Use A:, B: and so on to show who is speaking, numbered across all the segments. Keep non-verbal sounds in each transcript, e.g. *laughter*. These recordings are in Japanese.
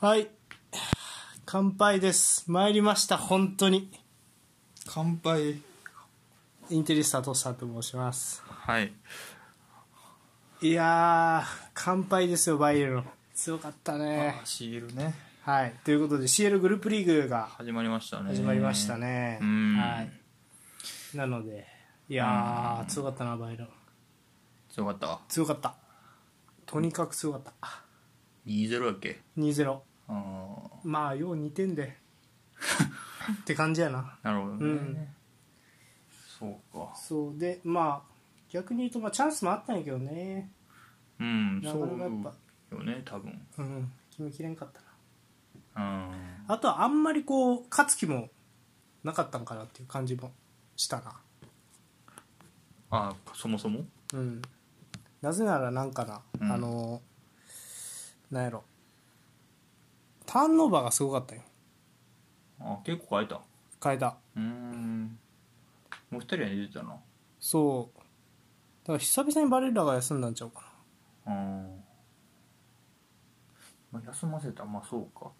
A: はい。乾杯です。参りました、本当に。
B: 乾杯
A: インテリスタトスターと申します。
B: はい
A: いやー、乾杯ですよ、バイエルン。強かったね。
B: CL ね
A: はい。ということで、CL グループリーグが
B: 始まりましたね
A: 始まりましたね。
B: うん
A: はい。なので、いやー、強かったな、バイエルン。
B: 強かった
A: 強かった。とにかく強かった。
B: 2-0だっけ
A: 2-0。
B: あ
A: まあ、よう2点 *laughs* で。って感じやな。
B: あなるほどね、
A: うん
B: そうか
A: そうでまあ逆に言うと、まあ、チャンスもあったんやけどね
B: うん
A: なか
B: そ
A: な
B: う
A: かやっぱ
B: よね多分
A: うん決めきれんかったな
B: うん
A: あとはあんまりこう勝つ気もなかったんかなっていう感じもしたな
B: あそもそも
A: うんなぜならなんかな、
B: うん
A: あのなんやろターンオーバーがすごかったよ
B: あ結構変えた
A: 変えた
B: うんもう一人は出てたな
A: そうだから久々にバレッラが休んだんちゃうか
B: うん、まあ、休ませたまあそうか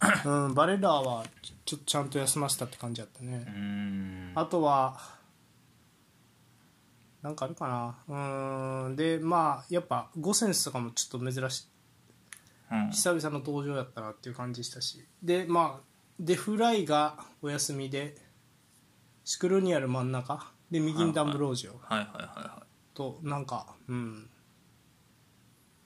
A: なう
B: *coughs*
A: んバレッラはちょっとちゃんと休ませたって感じやったね、
B: うん
A: あとは、なんかあるかな。うーん。で、まあ、やっぱ、ゴセンスとかもちょっと珍し
B: うん
A: い、久々の登場やったなっていう感じしたし。で、まあ、デフライがお休みで、シクロニアル真ん中、で、右にダンブロージオ
B: はいはいはいは
A: と、なんか、うん。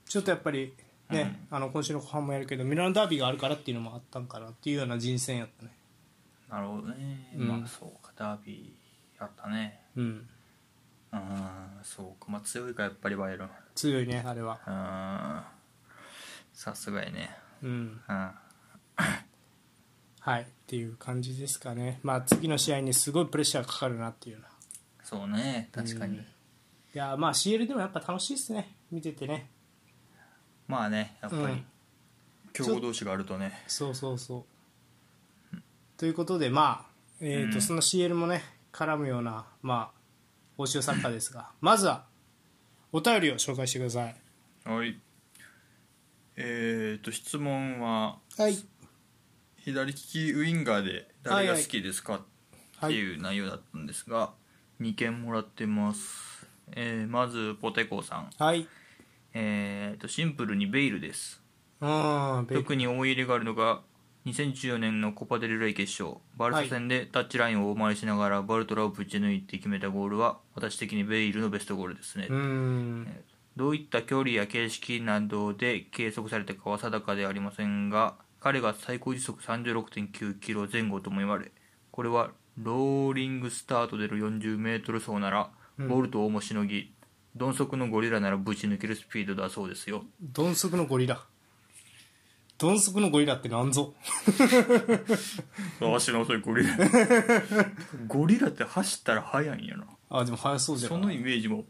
A: ちょっとやっぱり、ね、あの今週の後半もやるけど、ミラノダービーがあるからっていうのもあったんかなっていうような人選やったね。
B: いなるほどね、
A: うん
B: まあそうかダービーやったね
A: うん。
B: うんそうかまあ強いかやっぱりバイエルン
A: 強いね、あれは。
B: うんさすがやね
A: うん。
B: うん
A: はい、っていう感じですかね、まあ、次の試合にすごいプレッシャーがかかるなっていうような
B: そうね確かに、
A: うんいやーまあ CL でもやっぱ楽しいですね見ててね
B: まあねやっぱり、
A: うん
B: 強豪同士があるとね
A: そうそうそう、ということでまあ、えーと
B: うん
A: その CL もね絡むような、まあ、欧州サッカーですがまずはお便りを紹介してください
B: はいえっと質問は
A: はい
B: 左利きウインガーで誰が好きですかっ
A: は
B: て
A: い
B: いう内容だったんですが、2件もらってます、えーまずポテコさん、
A: はい
B: えー、とシンプルにベイルです
A: うんベイ
B: 特に思い入れがあるのが2014年のコパデルレイ決勝バルサ戦でタッチラインを大回りしながらバルトラをぶち抜いて決めたゴールは私的にベイルのベストゴールですね、
A: うん
B: えーどういった距離や形式などで計測されたかは定かではありませんが彼が最高時速36.9キロ前後とも言われこれはローリングスタートでの40メートル走ならボルトをもしのぎ、鈍足のゴリラならぶち抜けるスピードだそうですよ
A: 鈍足のゴリラ鈍足のゴリラってなんぞ
B: 私の遅いゴ
A: *laughs*
B: リラゴリラって走ったら速いんやな
A: あでも速そうじゃん
B: そのイメージも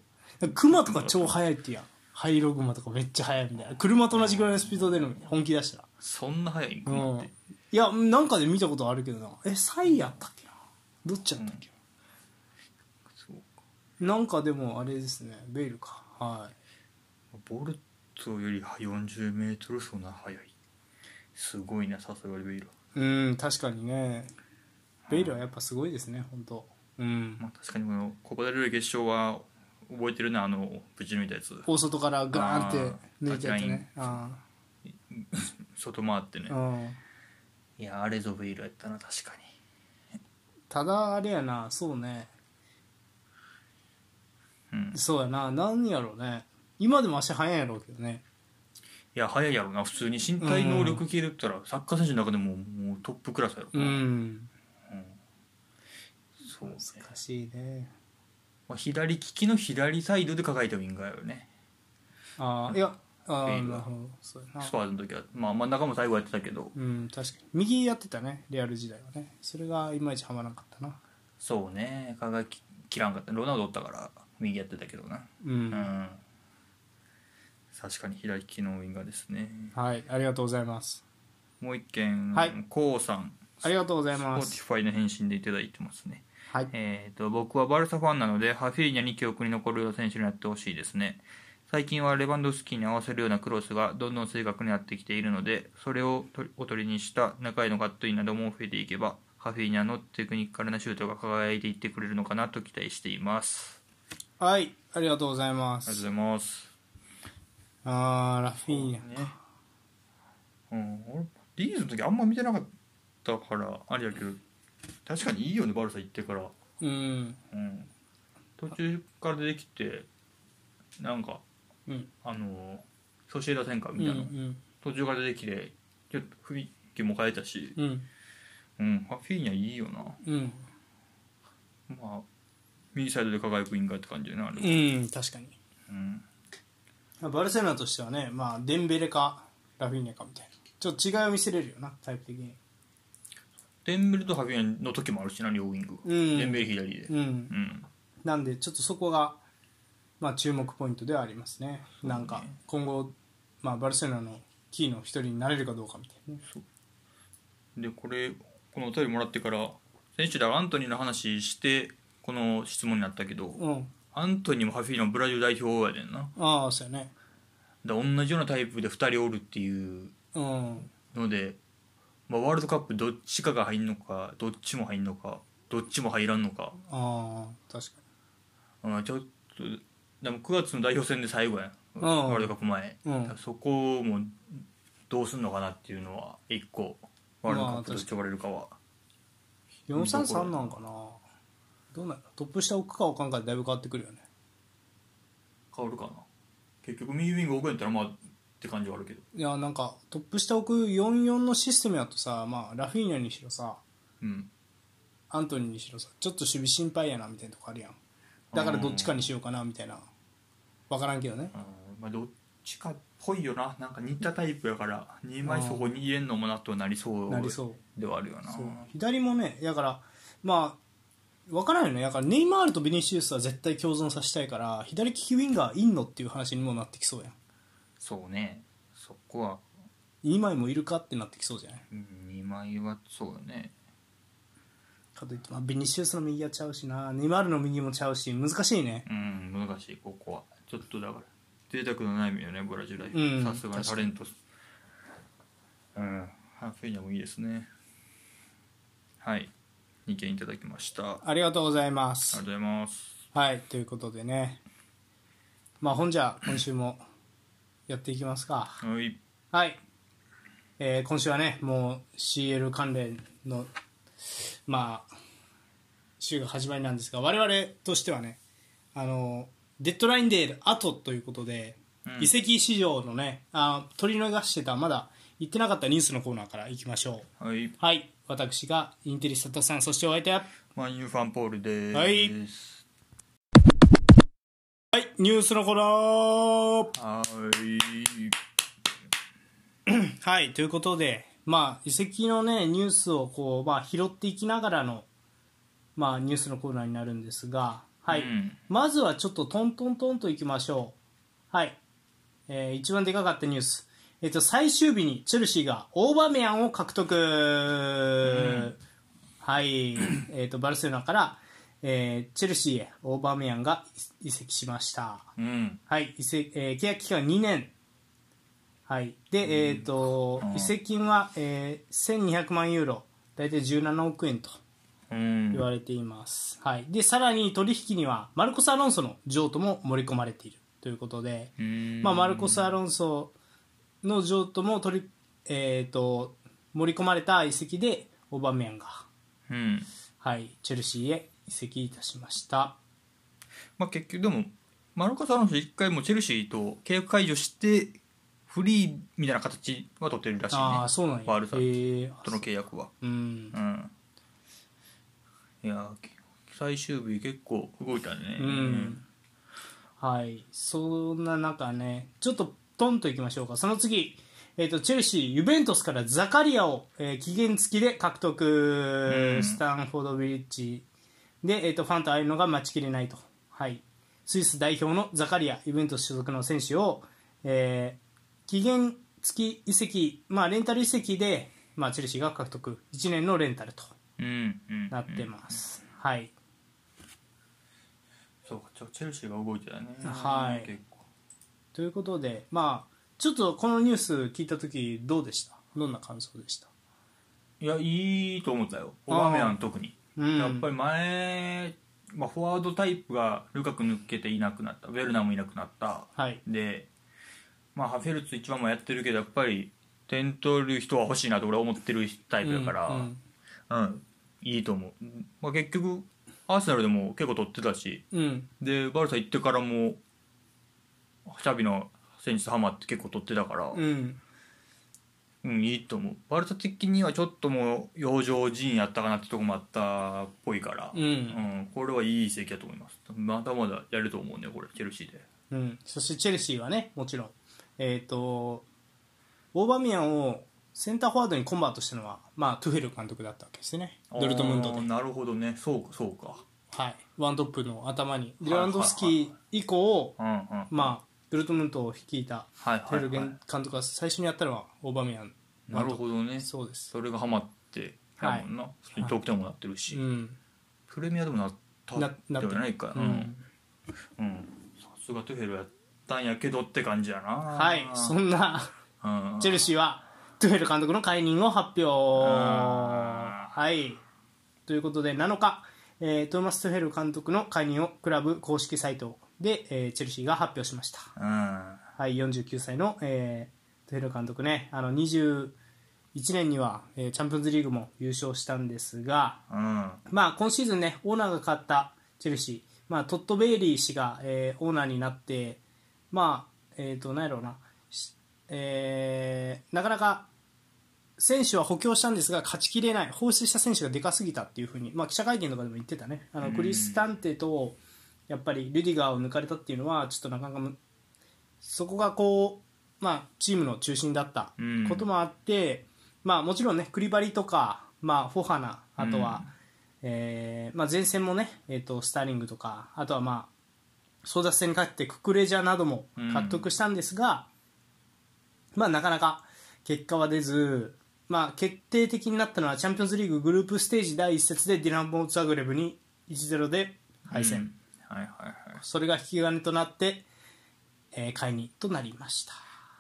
A: クマとか超速いってやん灰色グマとかめっちゃ速いみたいな車と同じぐらいのスピード出るのに本気出した、
B: そんな速いんからな
A: う
B: っ
A: ん
B: て、、
A: いやなんかで見たことあるけどなえサイやったっけなどっちやったっけ、
B: そうか
A: なんかでもあれですねベイルかは
B: ボルトより40メートル走なら速いすごいなさすがベイル
A: いうん確かにねベイルはやっぱすごいですね本当うん
B: まあ、確かにこのここでルール決勝は覚えてるなあのぶち抜いたやつ
A: 大外からガーンって抜いてやってね
B: あー
A: あ
B: 外回ってね
A: ーうん
B: いやあれぞベイルやったな確か
A: ただあれやなそうね
B: に、うん、い
A: そうやな何やろうね今でも足速いんやろうけどね
B: や速いやろな普通に身体能力系で言ったら、サッカー選手の中でももうトップクラスやろ
A: う
B: な、
A: ん
B: そうね、
A: 難しいね
B: まあ、左利きの左サイドで抱えたウィンガーよね
A: ああいやあ
B: ベ
A: あ
B: イル
A: な
B: は
A: るほどそうやな
B: スパーズの時は、まあ、真ん中も最後やってたけど
A: うん確かに右やってたねレアル時代はねそれがいまいちはまらなかったな
B: そうね輝き切らんかったロナウドおったから右やってたけどな
A: うん、
B: うん確かに左利きのウィンガーですね
A: はいありがとうございます
B: もう一件、
A: はい
B: こうさん、
A: ありがとうござい
B: Spotify
A: ます
B: の返信でいただいてますね。
A: はい
B: えっ、と、僕はバルサファンなので、ハフィーニャに記憶に残る選手になってほしいですね。最近はレバンドフスキーに合わせるようなクロスがどんどん正確になってきているので、それをとおとりにした中へのカットインなども増えていけば、ハフィーニャのテクニカルなシュートが輝いていってくれるのかなと期待しています。
A: はいありがとうございま
B: ありがとうご
A: す
B: ざいます。
A: あーラフィーニャ
B: ね。うん、俺、リーズの時あんま見てなかったから、あれやけど、確かにいいよね、バルサ行ってから。
A: うん
B: うん、途中から出てきて、なんか、
A: うん
B: あの、ソシエダ戦か
A: うんう
B: みたいな。
A: ん
B: 途中から出てきてちょっと雰囲気も変えたし
A: うん
B: うんハフィーニャいいよな
A: うん
B: まあ右サイドで輝くインカって感じだなあれ
A: うん確かに
B: うん
A: バルセロナとしてはね、まあ、デンベレかラフィーニャかみたいなちょっと違いを見せれるよなタイプ的に
B: デンベルとハフィーニャの時もあるしな両ウィングが、
A: うん
B: デンベル左で
A: うん
B: うん
A: なんでちょっとそこが、まあ、注目ポイントではありますねなんか今後、まあ、バルセロナのキーの一人になれるかどうかみたいなね
B: でこれこのお便りもらってから選手でアントニーの話してこの質問になったけど、
A: うん
B: アントニーもハフィーニャもブラジル代表やでんな
A: ああそうやね
B: だから同じようなタイプで2人おるっていう
A: うん
B: ので、まあ、ワールドカップどっちかが入んのかどっちも入んのかどっちも入らんのか、
A: ああ確か
B: うん、ちょっとでも9月の代表戦で最後やん
A: ん
B: ワールドカップ前、
A: うん
B: だからそこもどうすんのかなっていうのは一個ワールドカ
A: まあ確
B: ップ
A: か
B: ど
A: に
B: っち呼ばれるかは、
A: に433なんかなどうなんやろトップ下置くか置かんかでだいぶ変わってくるよね
B: 変わるかな結局右ウィング置くんやったらまあって感じはあるけど
A: いやなんかトップ下置く44のシステムやとさ、まあ、ラフィーニャにしろさ
B: うん
A: アントニーにしろさちょっと守備心配やなみたいなとこあるやんだからどっちかにしようかなみたいな分からんけどね
B: うんまあ、どっちかっぽいよななんか似たタイプやから2枚そこに入れんのもなとはなりそう
A: なりそう
B: ではあるよな
A: そう左もねだからまあ分からんよねだからネイマールとビニシウスは絶対共存させたいから左利きウィンガーいんのっていう話にもなってきそうやん
B: そうねそこは
A: 2枚もいるかってなってきそうじゃない
B: 2枚はそうだね
A: かといって、まあ、ビニシウスの右はちゃうしなネイマールの右もちゃうし難しいね
B: うん難しいここはちょっとだから贅沢のないよねブラジル代
A: うん
B: 表さすがにタレントうんハフェイナもいいですねはい2件いただきましたあり
A: ありがとうございま
B: がと
A: す
B: うございます
A: はいということでねまあほんじゃ今週もやっていきますか
B: はい
A: はい、えー今週はねもう CL 関連のまあ週が始まりなんですが我々としてはねあのデッドラインデーの後ということで、
B: うん
A: 移籍市場のねあ取り逃してたまだ行ってなかったニュースのコーナーからいきましょう
B: はい
A: はい私がインテリスタタさんそしてお相手は
B: マンユーファンポールです
A: はいはいニュースのコーナー
B: はい
A: はいということで、まあ、移籍の、ね、ニュースをこう、まあ、拾っていきながらの、まあ、ニュースのコーナーになるんですが、はい
B: うん
A: まずはちょっとトントントンといきましょう、はいえー一番でかかったニュース、えっと最終日にチェルシーがオーバーメアンを獲得、はいえっとバルセロナから、えーチェルシーへオーバーメアンが移籍しました。
B: うん
A: はい、移籍、えー契約期間2年。はい。で、えっ、と
B: うん、
A: 移籍金は、えー1200万ユーロ、大体17億円と
B: うん
A: 言われています。はい。で、さらに取引には、マルコス・アロンソの譲渡も盛り込まれているということで、
B: うん
A: まあ、マルコス・アロンソの譲渡も取り、えっ、と、盛り込まれた移籍で、オバメヤンが、
B: うん
A: はい、チェルシーへ移籍いたしました。
B: まあ、結局でもマルコス・アロンソ一回もうチェルシーと契約解除してフリーみたいな形は取ってるらしいね
A: ああ、そうなんや。
B: ワールド
A: へ
B: カッ
A: ー
B: プとの契約は
A: うん
B: う。んいやー最終日結構動いたね
A: うんはい、そんな中ね、ちょっとトンといきましょうか、その次、えー、とチェルシー、ユベントスからザカリアを、えー期限付きで獲得、
B: うん
A: スタンフォードビリッジで、えー、とファンと会えるのが待ちきれないと、はい、スイス代表のザカリア、ユベントス所属の選手を、えー期限付き移籍、まあ、レンタル移籍で、まあ、チェルシーが獲得、1年のレンタルと
B: うんうん
A: なってます。はい
B: そうかちょチェルシーが動いてたね
A: はい
B: 結構
A: ということで、まあ、ちょっとこのニュース聞いた時どうでしたどんな感想でした
B: いやいいと思ったよオバメラン特に、
A: うん
B: やっぱり前、まあ、フォワードタイプがルカク抜けていなくなったウェルナもいなくなった
A: はい
B: で、まあ、ハフェルツ一番もやってるけどやっぱり点取る人は欲しいなと俺は思ってるタイプだから、
A: う
B: うんんいいと思う、まあ、結局アーセナルでも結構取ってたし
A: うんうん
B: でバルサ行ってからもシャビの選手とハマって結構取ってたから、
A: うん
B: うん、いいと思う。バルサ的にはちょっともう、洋上陣やったかなってとこもあったっぽいから、
A: うん
B: んこれはいい成績だと思います。まだまだやると思うね、これ、チェルシーで。
A: うん、そしてチェルシーはねもちろん、えー、とオーバミアンをセンターフォワードにコンバートしたのは、まあ、トゥヘル監督だったわけですねドルトムント
B: あ
A: で
B: ー、なるほどね、そうか、そうか。
A: はい、ワントップの頭に
B: はい
A: レワンドフスキー以降、
B: うんうん。
A: まあ、ドルトムントを率いた
B: はい
A: ト
B: は
A: ゥ
B: い、
A: ヘル
B: は
A: 監
B: い。
A: 督が最初にやったのはオーバミアン
B: なるほどね。そ
A: そうです、
B: れがハマって、やもんな。普通に得点もなってるし、
A: うん、
B: プレミアでもなった
A: ななっ
B: で
A: て
B: はないか。うん。うん。さすがトゥヘルやったんやけどって感じやな。
A: はいそんな
B: うん。
A: チェルシーはトゥヘル監督の解任を発表
B: あ
A: はいということで7日、えートーマス・トゥヘル監督の解任をクラブ公式サイトで、えーチェルシーが発表しました、
B: うん。
A: はい、49歳の、えートゥヘル監督ねあの21年には、えーチャンピオンズリーグも優勝したんですが、
B: うん。
A: まあ、今シーズンねオーナーが変わったチェルシー、まあ、トッド・ベイリー氏が、えーオーナーになってまあえっ、となんやろうな、しえーなかなか選手は補強したんですが勝ちきれない放出した選手がでかすぎたっていうふうに、まあ、記者会見とかでも言ってたねあの
B: うん
A: クリスタンテとやっぱりルディガーを抜かれたっていうのはちょっとなかなかむそこがこう、まあ、チームの中心だったこともあって、まあ、もちろんねクリバリとか、まあ、フォハナあとは、えーまあ、前線もね、えー、とスターリングとかあとは、まあ、争奪戦に勝ってククレジャーなども獲得したんですが、まあ、なかなか結果は出ず、まあ、決定的になったのはチャンピオンズリーググループステージ第1節でディナモ・ザグレブに1-0で敗戦、
B: うん、はいはいはい
A: それが引き金となって、えー解任となりました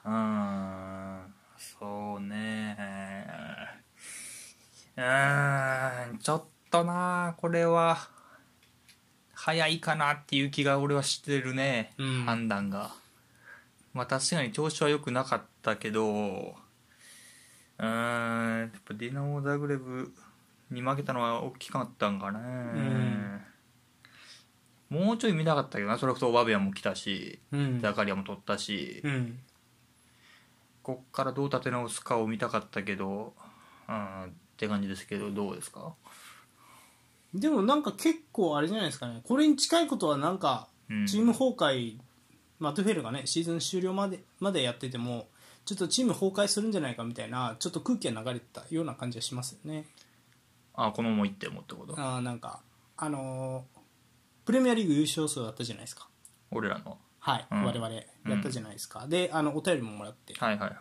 B: うーんそうねうーんちょっとなこれは早いかなっていう気が俺はしてるね、
A: うん
B: 判断がまあ確かに調子は良くなかったけどうーんやっぱディナモ・ザグレブに負けたのは大きかったんかね、
A: ん
B: もうちょい見たかったけどなそれこそオバビアンも来たし
A: うん
B: ザカリアも取ったし、
A: うん
B: こっからどう立て直すかを見たかったけど、うん、って感じですけど、どうですか
A: でもなんか結構あれじゃないですかねこれに近いことはなんか
B: うん
A: チーム崩壊、まあ、トゥフェルがねシーズン終了までまでやっててもちょっとチーム崩壊するんじゃないかみたいなちょっと空気が流れてたような感じはしますよね
B: あ、このままいってもってこと
A: あーなんかあのープレミアリーグ優勝数だったじゃないですか
B: 俺らの。
A: はい、
B: うん
A: 我々やったじゃないですか、であのお便りももらって
B: はいはいはい。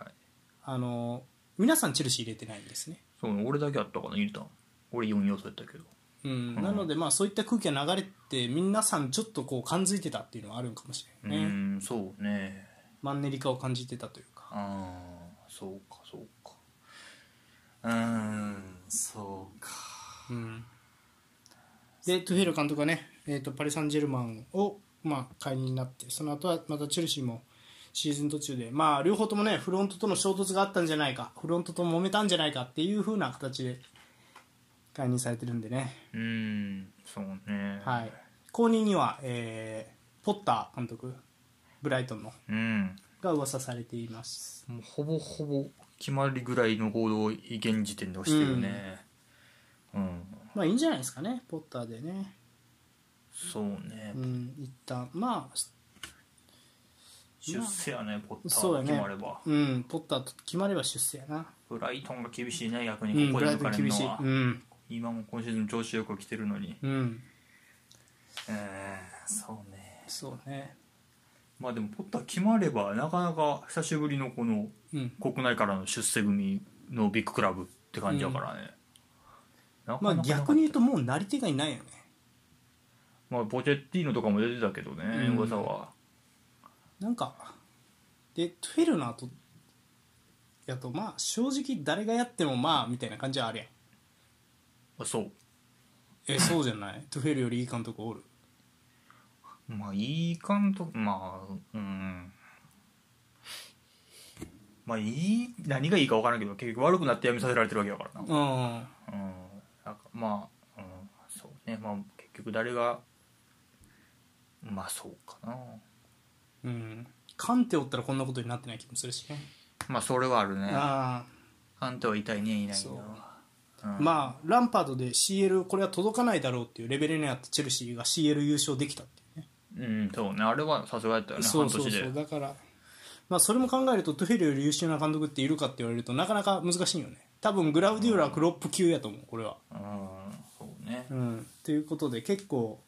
A: あのー皆さんチェルシー入れてないんですね
B: そう、俺だけあったかな、入れたの。俺4要素やったけど。
A: うん、なので、まあ、そういった空気が流れて皆さんちょっとこう感づいてたっていうのはあるんかもし
B: う
A: れないね、
B: ん、そうね。
A: マンネリ化を感じてたというか
B: あーそうかそうか。うーん、そうか。
A: うんでトゥヘル監督はね、えー、とパリ・サンジェルマンを、まあ、解任になってその後はまたチェルシーもシーズン途中で、まあ、両方ともねフロントとの衝突があったんじゃないかフロントと揉めたんじゃないかっていう風な形で解任されてるんでね、
B: うーん、そうね。
A: はい、後任には、えーポッター監督ブライトンの
B: うん。
A: が噂されています
B: もうほぼほぼ決まりぐらいの行動を現時点ではしてるね。うん
A: まあいいんじゃないですかねポッターでね
B: そうね
A: う、ん一旦まあ
B: 出世やね、ポッタ
A: そう
B: ー
A: や
B: が
A: ね
B: 決まれば、
A: うんポッターと決まれば出世やな
B: ブライトンが厳しいね、逆
A: う
B: に
A: ん
B: こ
A: ブ
B: こ
A: ライ
B: で抜
A: ト
B: か
A: ン
B: れる
A: 厳し
B: の
A: い
B: は、
A: うん
B: 今も今シーズン調子よく来てるのに、
A: うん
B: えーそうね、
A: そうね
B: まあでも、ポッター決まれば、なかなか久しぶりのこの
A: うん
B: 国内からの出世組のビッグクラブって感じやからね、なか
A: まあ
B: なかなかった
A: 逆に言うと、もうなり手がいないよね
B: まあ、ポチェッティーノとかも出てたけどね、
A: うん
B: 噂は、
A: なんかでフェルナーとやとまあ正直誰がやってもまあみたいな感じはあるやん
B: あそう *laughs*
A: えそうじゃないトゥフェルよりいい監督おる
B: まあいい監督まあうんまあいい何がいいか分からんけど結局悪くなってやめさせられてるわけだからな,、うん、
A: うん
B: なんかまあ、うん、そうねまあ結局誰がまあそうかな
A: うんカンテおったらこんなことになってない気もするしね
B: まあそれはあるね
A: あ
B: あんたは痛いねいない
A: そ
B: よ
A: うあ
B: うん
A: まあランパードで CL これは届かないだろうっていうレベルにあったチェルシーが CL 優勝できたっていうね
B: うんそうねあれはさすがやったよね
A: そうそう
B: 半
A: そう
B: 年で
A: だから、まあ、それも考えるとトゥフェルより優秀な監督っているかって言われるとなかなか難しいよね多分グラウディオラはクロップ級やと思うこれは
B: うんそうね
A: うんということで結構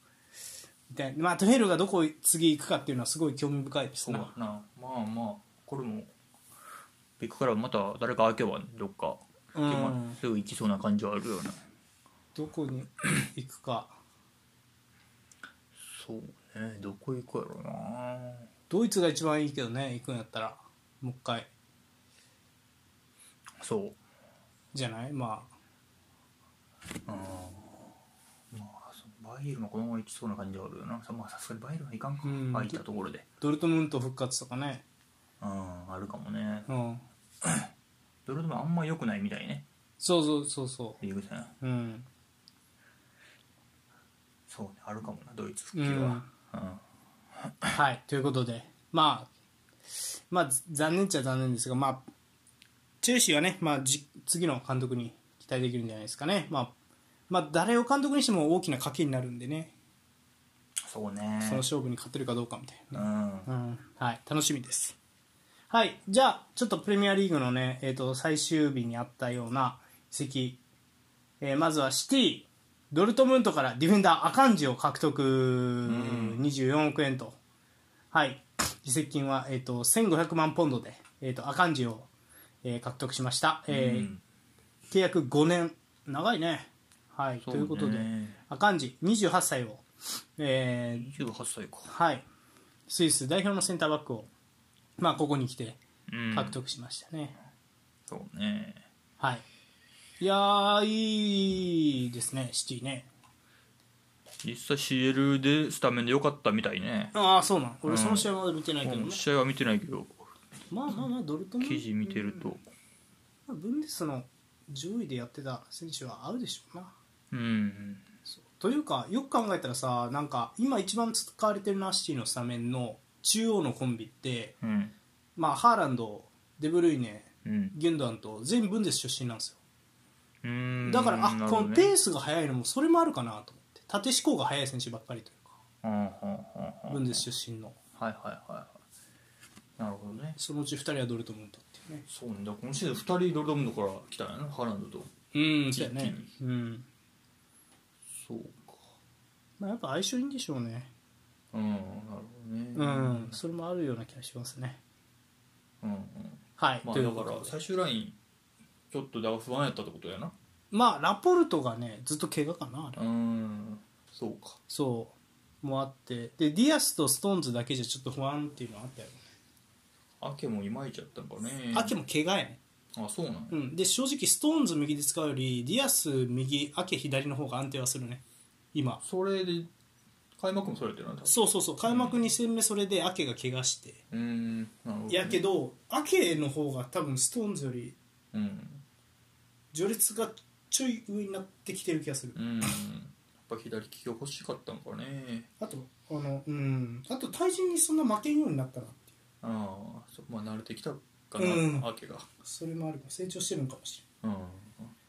A: でまあトゥフェルがどこ次行くかっていうのはすごい興味深いです
B: そう
A: な
B: だなまあまあこれもビッグからまた誰か開けばどっか、
A: うん
B: でもすぐ行きそうな感じはあるよね
A: どこに行くか
B: そうねどこ行くやろうな
A: ドイツが一番いいけどね行くんやったらもう一回
B: そう
A: じゃないまあ
B: あそうバイエルンもこのまま行きそうな感じはあるよなさまあさすがにバイエルンはいかんか
A: うん
B: 空いたところで
A: ドルトムント復活とかね
B: うんあるかもね
A: うん
B: どれでもあんま良くないみたいね
A: そうそうそうそ
B: リーグ戦
A: ううん、
B: そうねあるかもなドイツ
A: う
B: 復帰
A: ん
B: は、うん
A: はい、ということで、まあ、まあ、残念っちゃ残念ですが、まあ、チェルシーはね、まあ、じ次の監督に期待できるんじゃないですかね、まあ、まあ、誰を監督にしても大きな賭けになるんでね、
B: そうね
A: その勝負に勝てるかどうかみたいな、
B: うん
A: うんはい、楽しみです。はい、じゃあ、ちょっとプレミアリーグのね、えー、と最終日にあったような移籍、えーまずはシティ、ドルトムントからディフェンダー、アカンジを獲得、24億円と、はい、移籍金は、えー、と1500万ポンドで、えー、とアカンジを、えー獲得しました、えー
B: うん
A: 契約5年、長いね。はい
B: そう
A: ということで、
B: ね
A: アカンジ28歳を、えー
B: 28歳か
A: はい、スイス代表のセンターバックを、まあ、ここに来て
B: うん
A: 獲得しましたね。
B: そうね
A: はい、いやー、いいですね、シティね。
B: 実際 CL でスタメンで良かったみたいね
A: ああ、そうなん、俺、その試合まで見てないけど
B: もう
A: ね、
B: 試合は見てないけど
A: まあまあまあ、ドルトムント
B: 記事見てると
A: まあブンデスの上位でやってた選手は合うでしょうな。
B: うん
A: そうというか、よく考えたらさ、なんか今、一番使われてるな、シティのスタメンの中央のコンビって、
B: うん
A: まあ、ハーランド、デブルイネ、
B: うん
A: ゲンドアンと全員ブンデス出身なんですよ。
B: うん
A: だから、あ
B: なるほ
A: こ
B: ど
A: の
B: ね
A: ペースが速いのもそれもあるかなと思って縦思考が速い選手ばっかりというか
B: うんうんうんう
A: ブ
B: ん
A: ンデス出身の
B: はいはいはいはいなるほどね
A: そのうち2人はドルトムントっていうね
B: そうねだから今シーズン2人ドルドムントから来たんやなハーランドと
A: うんそうやねうん、
B: そうか
A: まあ、やっぱ相性いいんでしょうね
B: うんなるほ
A: う
B: ど
A: ん、
B: ね
A: それもあるような気がしますね
B: うんうん
A: はい、
B: まあ
A: とい
B: だ
A: うこ
B: から
A: とで
B: 最終ラインちょっとだから不安やったってことやな
A: まあラポルトがねずっと怪我かなあれ
B: うんそうか
A: そうもあってでディアスとストーンズだけじゃちょっと不安っていうのはあったよね
B: アケもいまいちやったんかね
A: アケも怪我やね
B: あそうなんや
A: うんで正直ストーンズ右で使うよりディアス右アケ左の方が安定はするね今
B: それで開幕もそれやってな多分
A: そうそうそう開幕2戦目それでアケが怪我して、
B: うーんなるほどね
A: やけどアケの方が多分ストーンズより
B: うん
A: 序列がちょい上になってきてる気がする、
B: うんやっぱ左利きが欲しかったんかね
A: あとあのうんあと対人にそんな負けんようになったなっていう
B: ああそうまあ慣れてきたかな、
A: うん
B: アケが
A: それもあるかも成長してるのかもしれ
B: うん
A: ない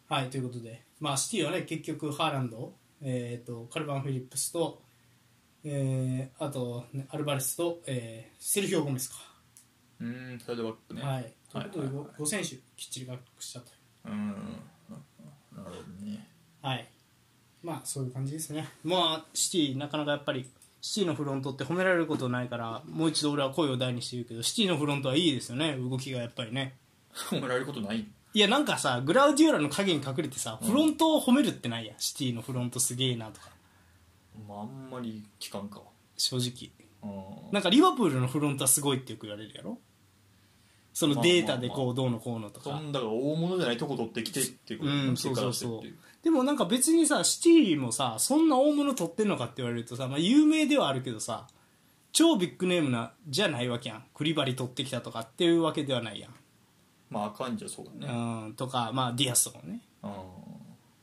A: はいということでまあシティはね結局ハーランド、えー、とカルバン・フィリップスと、えーあとね、アルバレスと、えーセルヒオ・ゴメスか、
B: うんサイドバックね
A: はいということで
B: はいはい
A: 5, 選手きっちり獲得したと
B: うんなるほどね
A: はい、まあそういう感じですね、まあ、シティ、なかなかやっぱりシティのフロントって褒められることないからもう一度俺は声を大にして言うけどシティのフロントはいいですよね、動きがやっぱりね。
B: 褒められることない
A: いやなんかさグラウディオラの影に隠れてさフロントを褒めるってないや、ん、シティのフロントすげえなとか
B: まああんまり聞かんか
A: 正直
B: うん
A: なんかリバプールのフロントはすごいってよく言われるやろそのデータでこうどうのこうのと
C: そ
A: か
C: んだから大物じゃないとこ取ってきてっていうことに
A: う
C: なんって
A: そう
C: か
A: そ
C: ら
A: う
C: してっ
A: そ
C: ていう
A: うでもなんか別にさシティもさそんな大物取ってんのかって言われるとさ、まあ、有名ではあるけどさ超ビッグネームなじゃないわけやんクリバリ取ってきたとかっていうわけではないやん、
C: まああかんじゃそうだね
A: うん、とかまあディアスとかもね
C: うん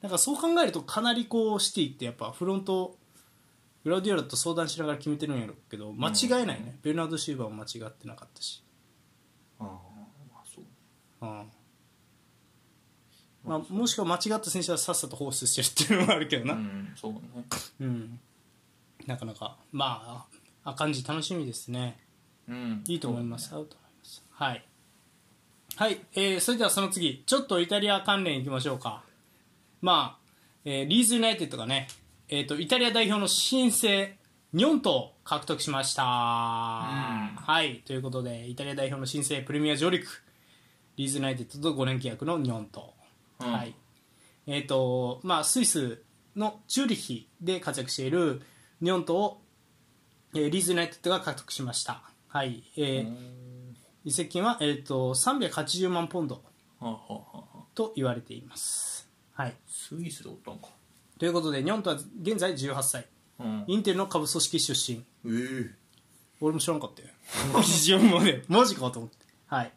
A: なんかそう考えるとかなりこうシティってやっぱフロントグラウディオラと相談しながら決めてるんやろうけど間違えないね、ベルナード・シーバーも間違ってなかったし、
C: あーまあそう
A: うんまあ、もしくは間違った選手はさっさと放出してるっていうのもあるけどな、
C: うんそうね
A: うん、なかなかまあ赤んじ楽しみですね
C: うん
A: いいと思います合うと思いますはい、はいえーそれではその次ちょっとイタリア関連いきましょうかまあ、えーリーズユナイテッドがね、えー、とイタリア代表の新星4頭獲得しました、はいということでイタリア代表の新星プレミア上陸リーズユナイテッドと5年契約の4頭、
C: うん
A: はいえーとまあ、スイスのチューリッヒで活躍しているニョントを、えーリーズユナイテッドが獲得しました、はいえー移籍金は、えー、と380万ポンド
C: はあはあはあはあ
A: と言われています、はい、
C: スイスでおったんか
A: ということでニョントは現在18歳
C: うんえ
A: インテルの下部組織出身
C: え
A: 俺も知らんかったよ基準までマジかと思ってはい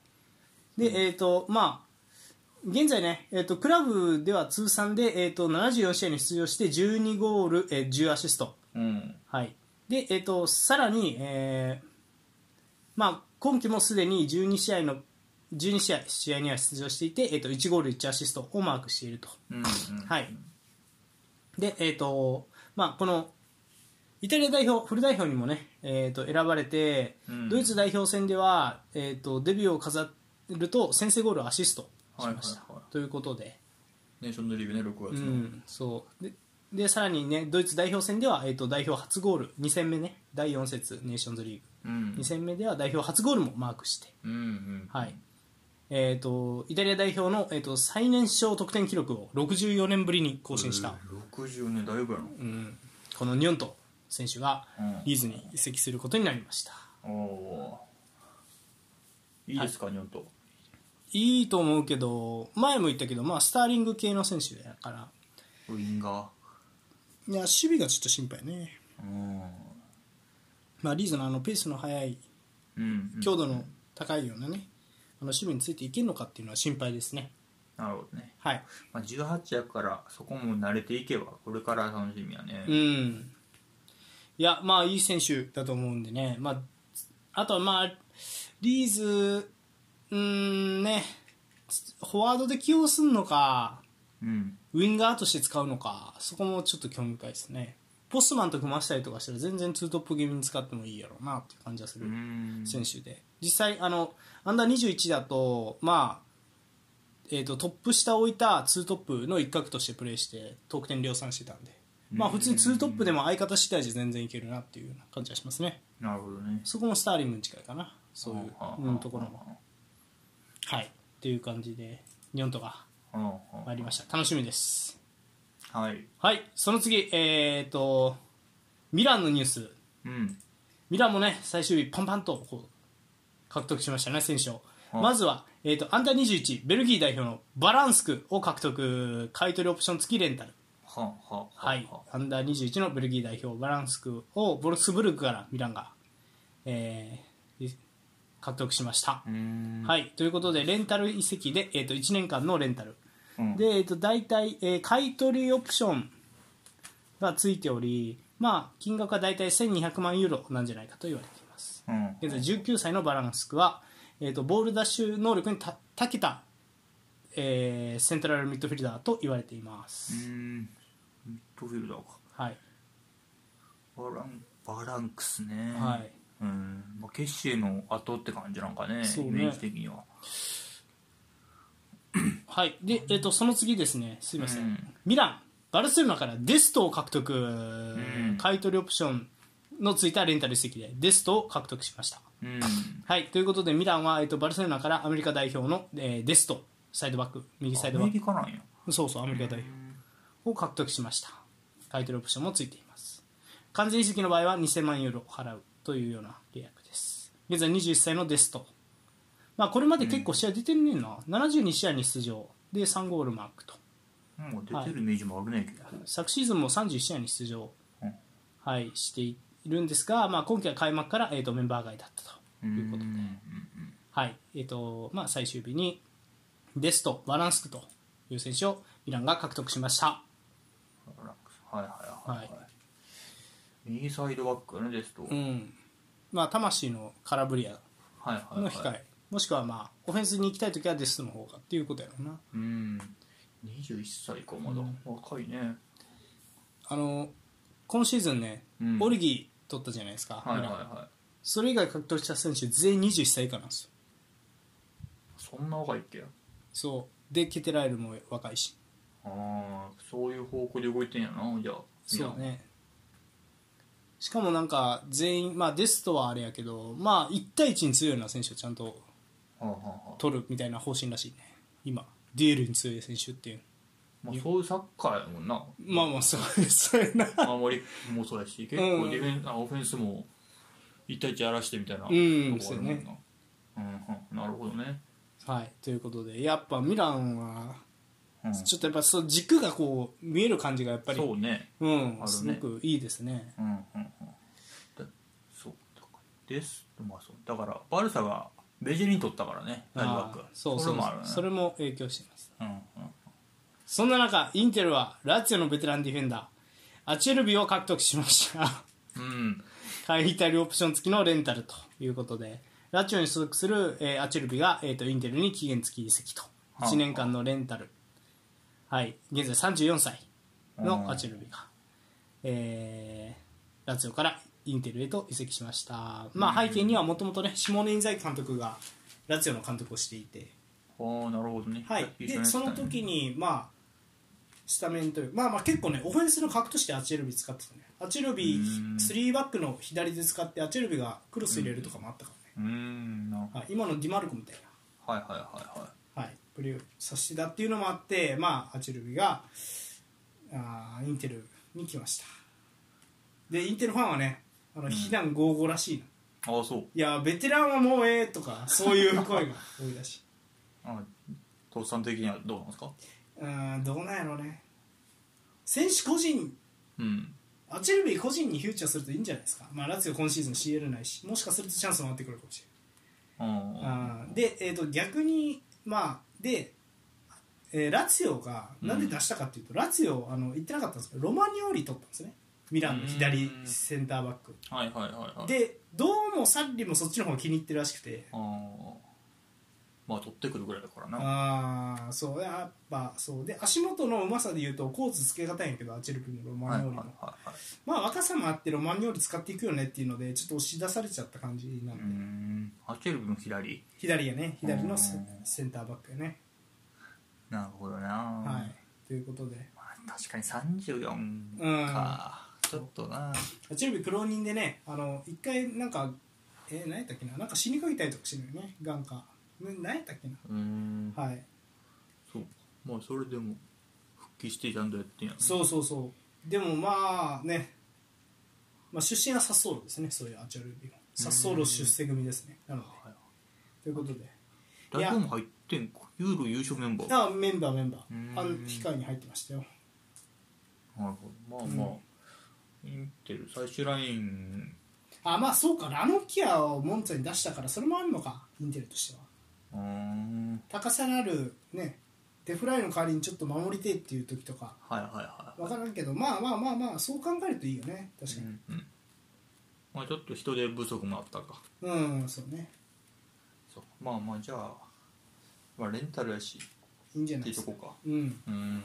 A: でえっ、とまあ現在ね、えー、とクラブでは通算で、えー、と74試合に出場して12ゴール、えー10アシスト、
C: うん
A: はい、で、えー、とさらに、えーまあ、今季もすでに12試合の12試合試合には出場していて、えー、と1ゴール1アシストをマークしていると、
C: うんうん
A: はい、で、えーとまあ、このイタリア代表フル代表にも、ねえー、と選ばれて、
C: うん
A: ドイツ代表戦では、えー、とデビューを飾ると先制ゴールをアシストしました、
C: はいはいはい
A: ということで,、
C: ネーションズリーグね6
A: う
C: 月の
A: ん、そうででさらに、ね、ドイツ代表戦では、えー、と代表初ゴール2戦目、ね、第4節ネーションズリーグ
C: うん
A: 2戦目では代表初ゴールもマークして、
C: うんうん
A: はいえー、とイタリア代表の、えー、と最年少得点記録を64年ぶりに更新した。
C: 60年だいぶやな
A: うんこのニョント選手が
C: うん
A: リーズに移籍することになりました
C: おおーいいですか、日本と
A: いいと思うけど前も言ったけど、まあ、スターリング系の選手だから
C: ウインガー
A: いや守備がちょっと心配ね、
C: うん
A: まあ、リーズのあのペースの速い
C: うんうん
A: 強度の高いようなね、あの守備についていけるのかっていうのは心配ですね
C: なるほどね、
A: はい
C: まあ、18やからそこも慣れていけばこれから楽しみやね
A: うんいやまあいい選手だと思うんでね、まあ、あとはまあリーズうーんねフォワードで起用するのか
C: うん
A: ウィンガーとして使うのかそこもちょっと興味深いですねポストマンと組ましたりとかしたら全然ツートップ気味に使ってもいいやろうなっていう感じがす
C: う
A: る
C: ん
A: 選手で実際あのアンダー21だとまあえー、とトップ下を置いたツートップの一角としてプレーして得点量産してたんで、まあ、普通にツートップでも相方次第じゃ全然いけるなっていうような感じがしますね
C: なるほどね
A: そこもスターリングに近いかなそういう
C: はあはあ
A: うんところもはいっていう感じで日本とか
C: うんうん
A: 参りました楽しみです
C: はい
A: はい、その次、えー、とミランのニュース、
C: うん
A: ミランもね最終日、パンパンとこう獲得しましたね、選手を。
C: はい
A: まずは、えー、とアンダー21、ベルギー代表のバランスクを獲得、買い取りオプション付きレンタル、
C: はあはあ
A: はい
C: は、あ
A: アンダー21のベルギー代表、バランスクをボルクスブルクからミランが、えーい獲得しました。
C: うーん
A: はい、ということで、レンタル移籍で、えー、と1年間のレンタル。
C: うん
A: で、えっと、大体、えー買い取りオプションがついており、まあ、金額は大体1200万ユーロなんじゃないかと言われています
C: うん
A: 現在19歳のバランスクは、えっとボールダッシュ能力にた長けた、えーセントラルミッドフィルダーと言われていま
C: う
A: す、
C: んミッドフィルダーか
A: はい、
C: バランバランクスね
A: はい
C: うん、まあ、ケッシェの後って感じなんかね
A: そうね
C: イメージ的には
A: はい、で、えっとその次ですねすいません、
C: うん
A: ミランバルセロナからデストを獲得、
C: ん
A: 買い取りオプションのついたレンタル移籍でデストを獲得しました
C: うん
A: はい、ということでミランは、えっと、バルセロナからアメリカ代表の、えーデストサイドバック右サイド
C: ア
A: バ
C: メ
A: ッ
C: リカなんや
A: クそうそうアメリカ代表を獲得しました買い取りオプションもついています完全移籍の場合は2000万ユーロ払うというような契約です現在21歳のデスト、ままあ、これまで結構試合出てるねんな、72試合に出場で3ゴールマークと
B: もう出てるイメージもあるねんけど、
A: 昨シーズンも31試合に出場、
B: うん
A: はい、しているんですが、まあ、今季は開幕から、えー、とメンバー外だったと
B: うん
A: いうことで、はいえーとまあ、最終日にデスとバランスクという選手をミランが獲得しました。
B: うんはいはいはい、はい
A: は
B: 右サイドバックのですと、
A: うんまあ、魂のカラブリア
B: はいはい
A: の
B: はい
A: 控え、もしくは、まあ、オフェンスに行きたいときはデスの方がっていうことやろうな
B: うん21歳かまだ、
A: うん
B: 若いね
A: あの今シーズンね、
B: うん
A: オリギー取ったじゃないですか、
B: はいはい
A: ミラン
B: はい
A: それ以外獲得した選手全員21歳以下なんですよ
B: そんな若いっけ
A: そうでケテラエルも若いし
B: ああそういう方向で動いてんやなじゃあ
A: そうねしかもなんか全員、まあ、デストはあれやけど、まあ、1対1に強いような選手をちゃんと
B: はあはあはあ
A: 取るみたいな方針らしいね今デュエルに強い選手っていう
B: まあ、そういうサッカーやもんな
A: まあまあそうそうやな
B: 守りもそうやし結
A: う
B: 構
A: ん
B: ディフェン、あオフェンスも一対一やらしてみたいなとこ
A: ん
B: あるもんなうんうんなるほどね、
A: はいということでやっぱミランは
B: うん、
A: ちょっとやっぱそう軸がこう見える感じがやっぱり
B: そうね
A: うん、
B: あるね
A: すごくいいですね
B: うんうんうんだそうだからですまあそうだからバルサがベジェリン取ったからねサイドバック
A: あーそうそう
B: れもあるね
A: それも影響しています
B: うんうん
A: そんな中インテルはラツィオのベテランディフェンダーアチェルビを獲得しました
B: うん
A: 買いたりオプション付きのレンタルということでラチオに所属する、えーアチェルビが、えー、とインテルに期限付き移籍と
B: あ
A: 1年間のレンタルはい現在34歳のアチェルビが、えーラツィオからインテルへと移籍しました、まあ、背景にはもともとねシモーネ・インザイ監督がラツィオの監督をしていて
B: ああなるほどね
A: はい
B: さっ、き一緒
A: でそ
B: にや
A: の
B: ってたね
A: 時に、まあ、スタメンという、まあ、まあ結構ね、オフェンスの核としてアチェルビ使ってたね、アチェルビ
B: うん、
A: 3バックの左で使って、アチェルビがクロス入れるとかもあったからね、
B: うーんなるほ
A: はい、今のディマルコみたい
B: どはいはいはいはい
A: な、はい、プレーをさせてたっていうのもあって、まあ、アチェルビがあーインテルに来ました。で、インテルファンはね、あの非難豪語らしいな、
B: ああそう
A: いや、ベテランはもうええとか、そういう声が多いらしい。 *laughs*
B: あ父さん的にはどうなんですか
A: うーん、どうなんやろうね。選手個人
B: うん
A: アチェルビー個人にフューチャーするといいんじゃないですか、まあ、ラツィオ今シーズン CL ないしもしかするとチャンスもあってくるかもし
B: あ
A: れない、
B: あ
A: うんで、えー、と逆に、まあでえーラツィオがなんで出したかっていうと、ラツィオあの言ってなかったんですけどロマニオーリ取ったんですねミランの左センターバック
B: はいはいはいはい
A: でどうもサッリもそっちの方が気に入ってるらしくて
B: ああまあ取ってくるぐらいだからな
A: ああそうやっぱそうで足元のうまさで言うとコーツつけがたいんやけどアチェルビーのロ
B: は
A: マ
B: い
A: ニ
B: は
A: オー
B: いはい
A: リの、
B: はい
A: まあ若さもあってロマニオーリ使っていくよねっていうのでちょっと押し出されちゃった感じなの
B: う
A: で、
B: ーんアチェルビの左
A: 左やね左のセ
B: う
A: ン
B: ん
A: センターバックやね、
B: なるほどな
A: はいということで
B: まあ確かに34
A: うん
B: か、ちょっとな
A: アチェルビ苦労人でねあの一回なんかえー、何やったっけななんか死にかけたりとかしてるよね眼科な何やったっけな
B: うん
A: はい
B: そうまあそれでも復帰してちゃんとやってんやろ
A: そうそうそうでもまあね、まあ、出身はサッソーロですねそういうアチェルビはサッソーロ出世組ですねなので
B: はい
A: ということで
B: 代表も入ってんかユーロ優勝メンバーなる
A: あメンバーメンバー
B: うん
A: あの控えに入ってましたよ
B: ほどまあまあ、インテル最終ライン
A: あまあそうかラノキアをモンツァに出したからそれもあるのかインテルとしては
B: うーん
A: 高さのあるねデフライの代わりにちょっと守りてえっていう時とか
B: はいはいはい
A: 分
B: はい
A: からんけどまあまあまあまあそう考えるといいよね確か
B: う
A: に
B: んうんまあちょっと人手不足もあったか
A: うん、そうね
B: そうまあまあじゃあ、まあ、レンタルやし
A: いいんじゃ
B: っ
A: ない
B: て
A: で
B: いうと
A: すか
B: こか
A: うん
B: うん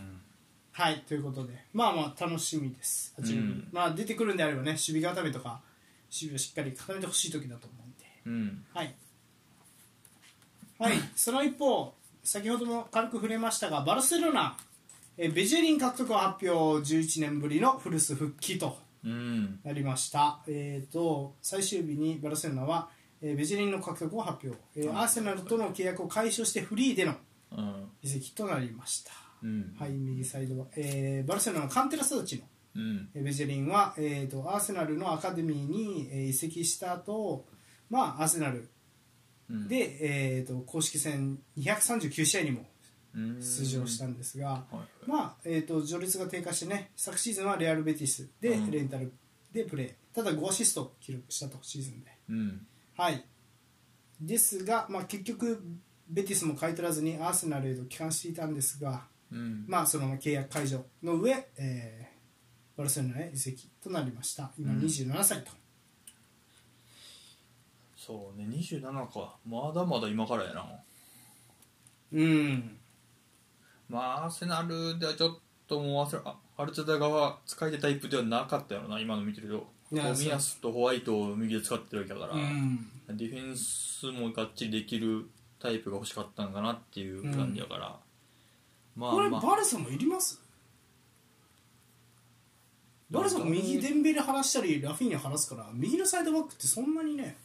A: はいということでまあまあ楽しみです、八村
B: うん
A: まあ出てくるんであればね守備固めとか守備をしっかり固めてほしい時だと思うんで
B: うん
A: はい、
B: *laughs*
A: はい、その一方、先ほども軽く触れましたが、バルセロナ、えーベジェリン獲得を発表、11年ぶりの古巣復帰と
B: うん
A: なりました、えー、と最終日にバルセロナは、えーベジェリンの獲得を発表、えーアーセナルとの契約を解消してフリーでの
B: うん
A: 移籍となりました。
B: うん
A: はい、右サイドは、えーバルセロナのカンテラ育ちの
B: うん
A: えーベジェリンは、えー、とアーセナルのアカデミーにえー移籍した後、まあアーセナル
B: うん
A: で、えー、と公式戦239試合にも
B: うん
A: 出場したんですが、
B: はいはい
A: まあえー、と序列が低下してね昨シーズンはレアル・ベティスで
B: うん
A: レンタルでプレー、ただ5アシストを記録したとシーズンで
B: うん
A: はいですが、まあ、結局ベティスも買い取らずにアーセナルへと帰還していたんですが、
B: うん
A: まあ、その契約解除の上、えーバルセロナへ移籍となりました今
B: うん
A: 27歳と、
B: そうね27かまだまだ今からやな
A: うん
B: まあアーセナルではちょっともうアーセナあアルテタ側使い手タイプではなかったよな今の見てると
A: いや
B: 冨安とホワイトを右で使ってるわけだから、
A: うん
B: ディフェンスもがっちりできるタイプが欲しかったんかなっていう感じやから、まあ
A: これ
B: まあ
A: バルサもいりますバルサも右デンベレ離したりラフィーニャ離すから右のサイドバックってそんなにね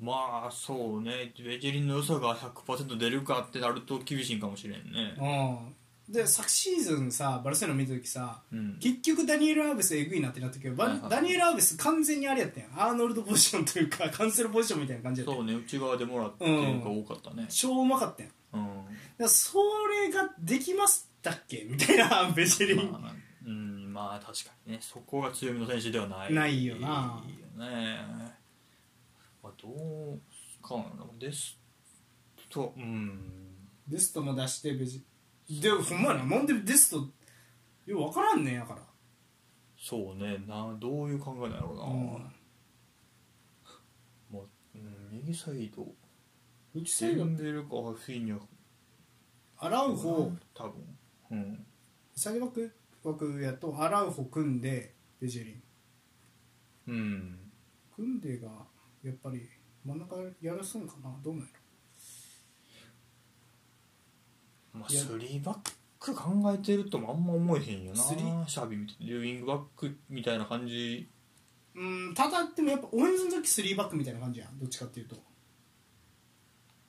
B: まあそうねベジェリンの良さが100%出るかってなると厳しいんかもしれんね
A: うんで昨シーズンさバルセロナ見た時さ
B: うん
A: 結局ダニエル・アーベスえぐいなってなったけどバ
B: はいはい
A: ダニエル・アーベス完全にあれやったやんアーノルドポジションというか *laughs* カンセルポジションみたいな感じやったや
B: そ
A: ん
B: うね内側でもらってるのが多かったね
A: 超うまかったやんだか
B: うん、
A: らそれができましたっけみたいなベジェリン
B: まあ、うんまあ確かにねそこが強みの選手ではない
A: ないよな
B: よねまあどうかなですとうん
A: デストも出してベジでほんまやななんでデストよう分からんねんやから
B: そうねなどういう考えなんやろうな、
A: うん
B: まあうん、右サイド
A: ミキサ
B: デ
A: イド
B: ンベルかフィーニャ
A: アラウ
B: 多
A: ホ
B: 分うん
A: サイドバックバックやとアラウホ組んでベジェリン
B: うん
A: 組んでがやっぱり真ん中やらすんかなどうなんや
B: まあ、
A: いや
B: スリーバック考えてるともあんま思えへんよな
A: スリー
B: シャビみたいなウィングバックみたいな感じ
A: ろうんただでもやっぱオフェンスの時3バックみたいな感じやんどっちかっていうと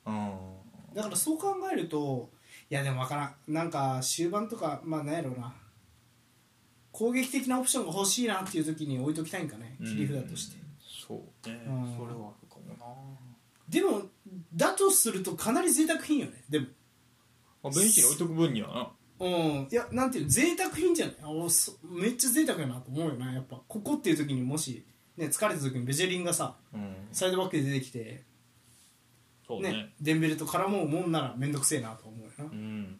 B: うん
A: だからそう考えるといやでも分からんなんか終盤とかまあなんやろうな攻撃的なオプションが欲しいなっていう時に置いときたいんかね切り札として、
B: そうね
A: うん
B: それはあるかもな、
A: でもだとするとかなり贅沢品よねでも
B: まあ、ベンチに置いとく分にはな
A: うんいやなんていうの贅沢品じゃないあおそめっちゃ贅沢やなと思うよなやっぱここっていう時にもし、ね、疲れた時にベジェリンがさ
B: うん
A: サイドバックで出てきて、
B: そうね
A: ねデンベルと絡もうもんなら面倒くせえなと思うよな、
B: うん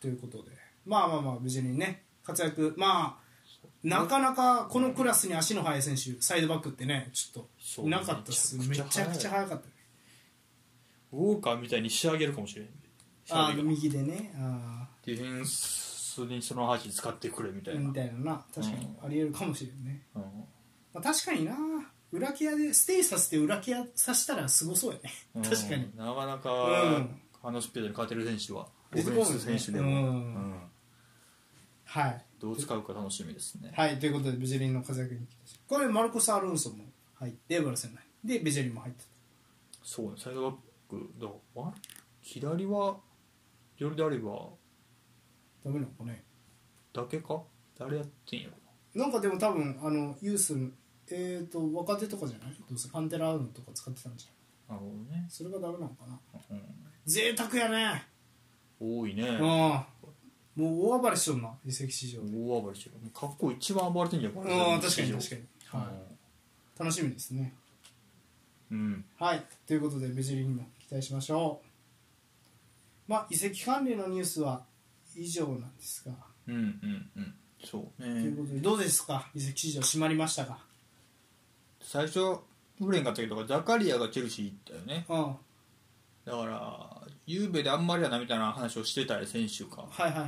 A: ということでまあまあまあベジェリンね活躍まあなかなかこのクラスに足の速い選手サイドバックってねちょっ
B: そ
A: といなかったっすめちゃくちゃ
B: 速い
A: 速かったね
B: ウォーカーみたいに仕上げるかもしれんシ
A: あ
B: ャビが
A: 右でねあ
B: ディフェンスにその箸使ってくれみた
A: ー
B: いな、
A: みたいなな確かにありえるかもしれんね、
B: うん
A: まあ、確かにな裏ケアでステイさせて裏ケアさせたらすごそうやね確かに
B: うんなかなか、
A: うん
B: あのスピードに勝てる選手はオ
A: 出て
B: フ
A: こ
B: ェ
A: ない
B: ンス選手でも、
A: うん
B: うん
A: はい
B: どう使うか楽しみですね、
A: はいということでベジェリンの活躍に期待しこれマルコス・アロンソも入ってバルセロナにでベジェリンも入って
B: そうねサイドバックだからわ左は左であれば
A: ダメなのかね
B: だけか誰やってんやろ
A: なんかでも多分あのユースえっ、と若手とかじゃないどうせパンテラウンとか使ってたんじゃん
B: ななるほどね、
A: それがダメなのかな
B: うん
A: 贅沢やね
B: 多いね、
A: うんもう大暴れしとんな移籍市場でうん
B: 大暴れしてるもう格好一番暴れてんじゃんこ
A: 確かに確かに、はい、楽しみですね
B: うん、うん
A: はい、ということでベジェリンにも期待しましょう。まあ、移籍関連のニュースは以上なんですが、
B: うんうんうんそう
A: とい
B: ね
A: うことでどうですか移籍市場閉まりましたか。
B: 最初ブレンがあったけどザカリアがチェルシー行ったよね
A: うん、は
B: だからゆうべであんまりやなみたいな話をしてたよ先週か
A: いはいは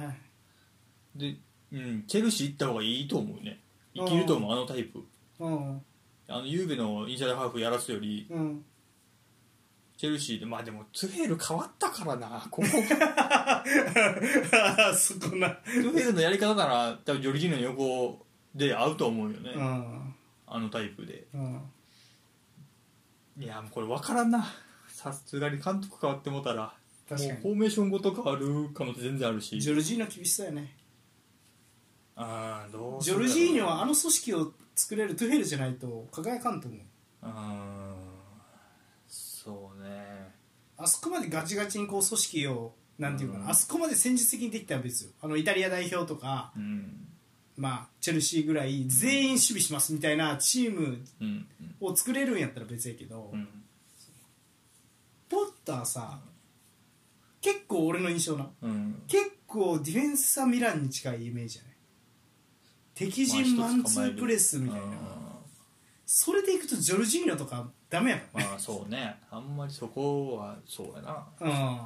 A: い。
B: で、うん、チェルシー行った方がいいと思うねいけると思うあのタイプ
A: うん、
B: あのゆうべのインサイドハーフやらすより *laughs*
A: うん、
B: チェルシーでまあでもツヘル変わったからな
A: *laughs*
B: ここ
A: そこな。
B: ツヘルのやり方なら多分ジョルジーノの横で合うと思うよね、
A: うん、
B: あのタイプで
A: うん、
B: いやもうこれ分からんなさすがに監督変わってもうたらもう
A: 確か
B: フ
A: に。
B: ォーメーションごと変わる可能性全然あるし
A: ジョルジーニョ厳しそうやね。
B: ああどうす
A: ジョ
B: る
A: ル
B: んだろう
A: ジーニョはあの組織を作れるトゥヘルじゃないと輝かんと思う。
B: あー
A: あそこまでガチガチにこう組織をなんていうかな、あそこまで戦術的にできたら別よあのイタリア代表とか、
B: うん
A: まあ、チェルシーぐらい全員守備しますみたいなチーム
B: うん
A: を作れるんやったら別やけど、
B: うん
A: ポッターさ結構俺の印象な
B: うん
A: 結構ディフェンスはミランに近いイメージやね敵陣
B: まあ
A: マ
B: 一
A: ン
B: つ
A: ツ
B: 構える
A: ープレスみたいな、それでいくとジョルジーニョとかダメやか
B: うんまあそうねあんまりそこはそうやな
A: らね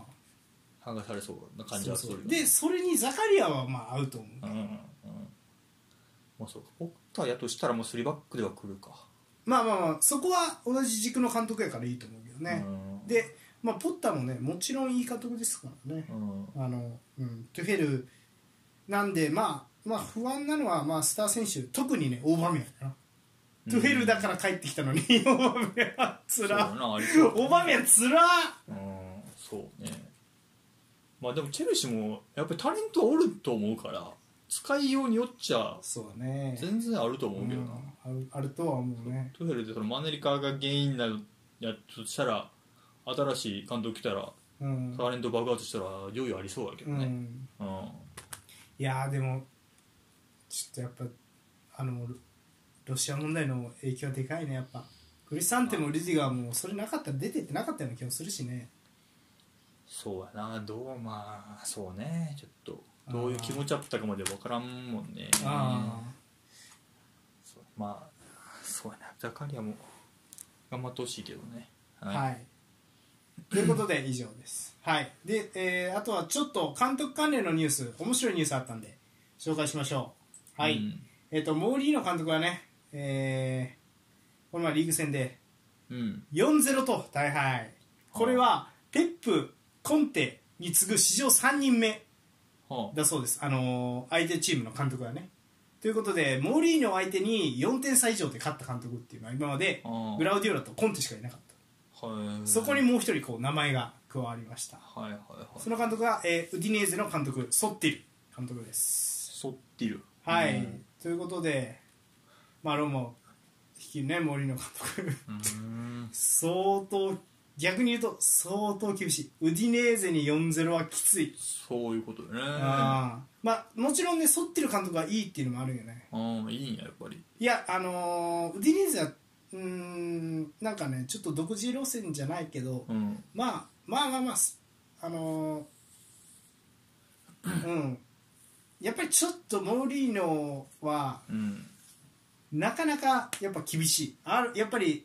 B: 剥がされそうな
A: うん
B: 感じはするよ
A: そうそうでそれにザカリアはまあ合うと思う、
B: うんうんうんまあそうかポッターやとしたらもう3バックでは来るか
A: まあまあまあそこは同じ軸の監督やからいいと思うけどね、
B: うん
A: で、まあ、ポッターもねもちろんいい監督ですからね、
B: うん
A: あのうん、トゥフェルなんで、まあ、まあ不安なのは、まあ、スター選手特にね大場面やな、トゥフェルだから帰ってきたのに *laughs* 大場面はつ
B: そうや
A: ら
B: なありそう
A: 大場面つら
B: うんそうねまあでもチェルシーもやっぱりタレントはおると思うから使いようによっちゃ
A: そうだね
B: 全然あると思
A: う
B: うけどな、
A: んあるあるとは思うね
B: トゥヘルでそのマネリカが原因なのやとしたら新しい監督来たら
A: うん、
B: タレント爆発したら上位ありそうやけど
A: う
B: ね
A: ん、
B: うん、
A: いやーでもちょっとやっぱあのロロシア問題の影響でかいねやっぱクリスタンテもルディガーもそれなかったら出てってなかったような気もするしね
B: そうやなどうまあそうねちょっとどういう気持ちだったかまで分からんもんねそうまあそうやなザカリアも頑張ってほしいけどね
A: あ
B: は
A: はい、ということで以上ですはいで、えーあとはちょっと監督関連のニュース面白いニュースあったんで紹介しましょうはい、
B: うん
A: えっ、とモーリーの監督はねえーこの前リーグ戦で
B: うん
A: 4-0と大敗これはペップコンテに次ぐ史上3人目
B: はあ
A: だそうですあのー相手チームの監督はねということでモーリーニョ相手に4点差以上で勝った監督っていうのは今まで
B: あ
A: グラウディオラとコンテしかいなかった
B: はい
A: そこにもう一人こう名前が加わりました
B: はいはいはい
A: その監督が、えーウディネーゼの監督ソッティル監督です
B: そってる
A: はい、
B: うん
A: ということでまあローマを率いるねモーリーニョ監督
B: うん
A: 相当逆に言うと相当厳しいウディネーゼに4-0はきつい、
B: そういうことよね
A: あーまあもちろんね反ってる監督がいいっていうのもあるよね
B: うんいいんややっぱり
A: いやあのーウディネーゼはうーんなんかねちょっと独自路線じゃないけど、
B: うん
A: まあまあまあまあすあのーうんやっぱりちょっとモーリーノは
B: うん
A: なかなかやっぱ厳しいあるやっぱり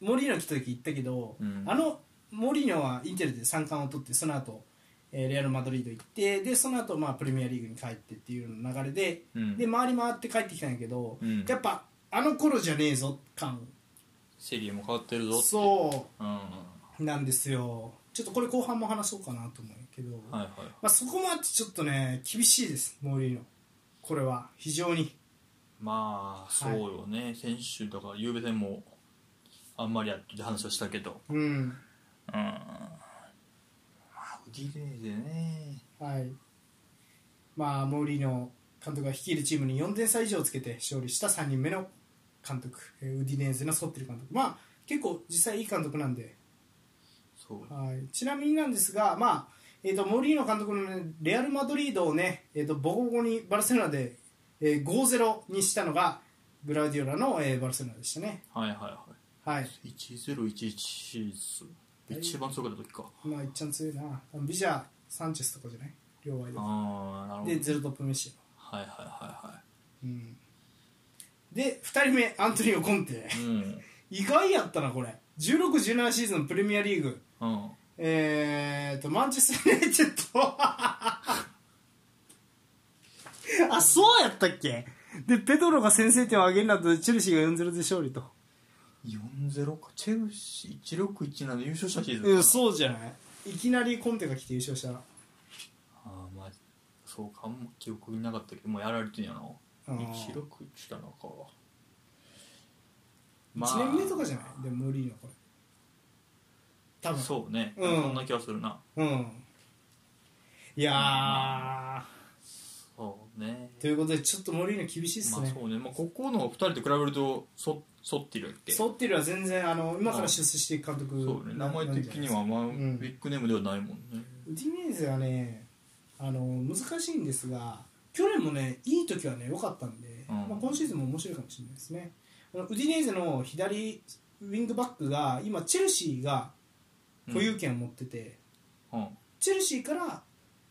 A: モーリーノ来た時言ったけど、
B: うん
A: あのモーリーノはインテルで三冠を取ってその後、えーレアル・マドリード行ってでその後、まあプレミアリーグに帰ってっていう流れで、
B: うん
A: で回り回って帰ってきたんやけど、
B: うん
A: やっぱあの頃じゃねえぞ感
B: セリエも変わってるぞって
A: そ
B: うんうんは
A: うなんですよちょっとこれ後半も話そうかなと思うけど、
B: いはい
A: まあ、そこもあってちょっとね厳しいですモーリーノこれは非常に
B: まあそうよね、先週だから夕べでもあんまりやって話をしたけど
A: うん
B: うんまあウディレーでね
A: はいまあ、モーリーノ監督が率いるチームに4点差以上つけて勝利した3人目の監督、えーウディネーゼのソッテル監督、まあ、結構実際いい監督なんで、
B: そう
A: はい、ちなみになんですが、まあえー、とモーリーノ監督のね、レアル・マドリードを、ねえー、とボコボコにバルセロナで、えー、5-0にしたのがグラウディオラの、えーバルセロナでしたね。
B: はいはいは
A: はい
B: い1011シーズン一番強かった時か
A: まあ、いっちゃん強いなビジャー、サンチェスとかじゃない両ワイド
B: ああなるほど
A: でゼロトップメッシ
B: はいはいは
A: うんで2人目アントニオ・コンテ
B: いはいうん
A: 意外やったなこれ1617シーズンプレミアリーグ
B: うん
A: えーとマンチェスター・ユナイテッド *laughs* あそうやったっけでペドロが先制点を挙げるなどチェルシーが4-0で勝利と
B: 4-0かチェルシー1617優勝したシーズンか
A: うんそうじゃないいきなりコンテが来て優勝した
B: ああまあそうかあんま記憶になかったけどもうやられてんやな
A: うん
B: 16したのか
A: 1年目とかじゃないでも無理のこれ多分
B: そうね、
A: うん
B: そんな気がするな
A: うんいや
B: そうね
A: ということでちょっとモリーノ厳しいです
B: まあ
A: ね、
B: そうね、まあ、ここの2人と比べるとそそってるやっけ
A: ソッティルは全然あの今から出世していく監督
B: そうね名
A: な
B: 前
A: なんじゃない
B: 的には、まあ
A: ん
B: ビッグネームではないもんね
A: ウディネーゼはねあの難しいんですが去年もねいい時はね良かったんで、
B: うん
A: まあ、今シーズンも面白いかもしれないですねあのウディネーゼの左ウィングバックが今チェルシーが保有権を持ってて、
B: うん
A: チェルシーから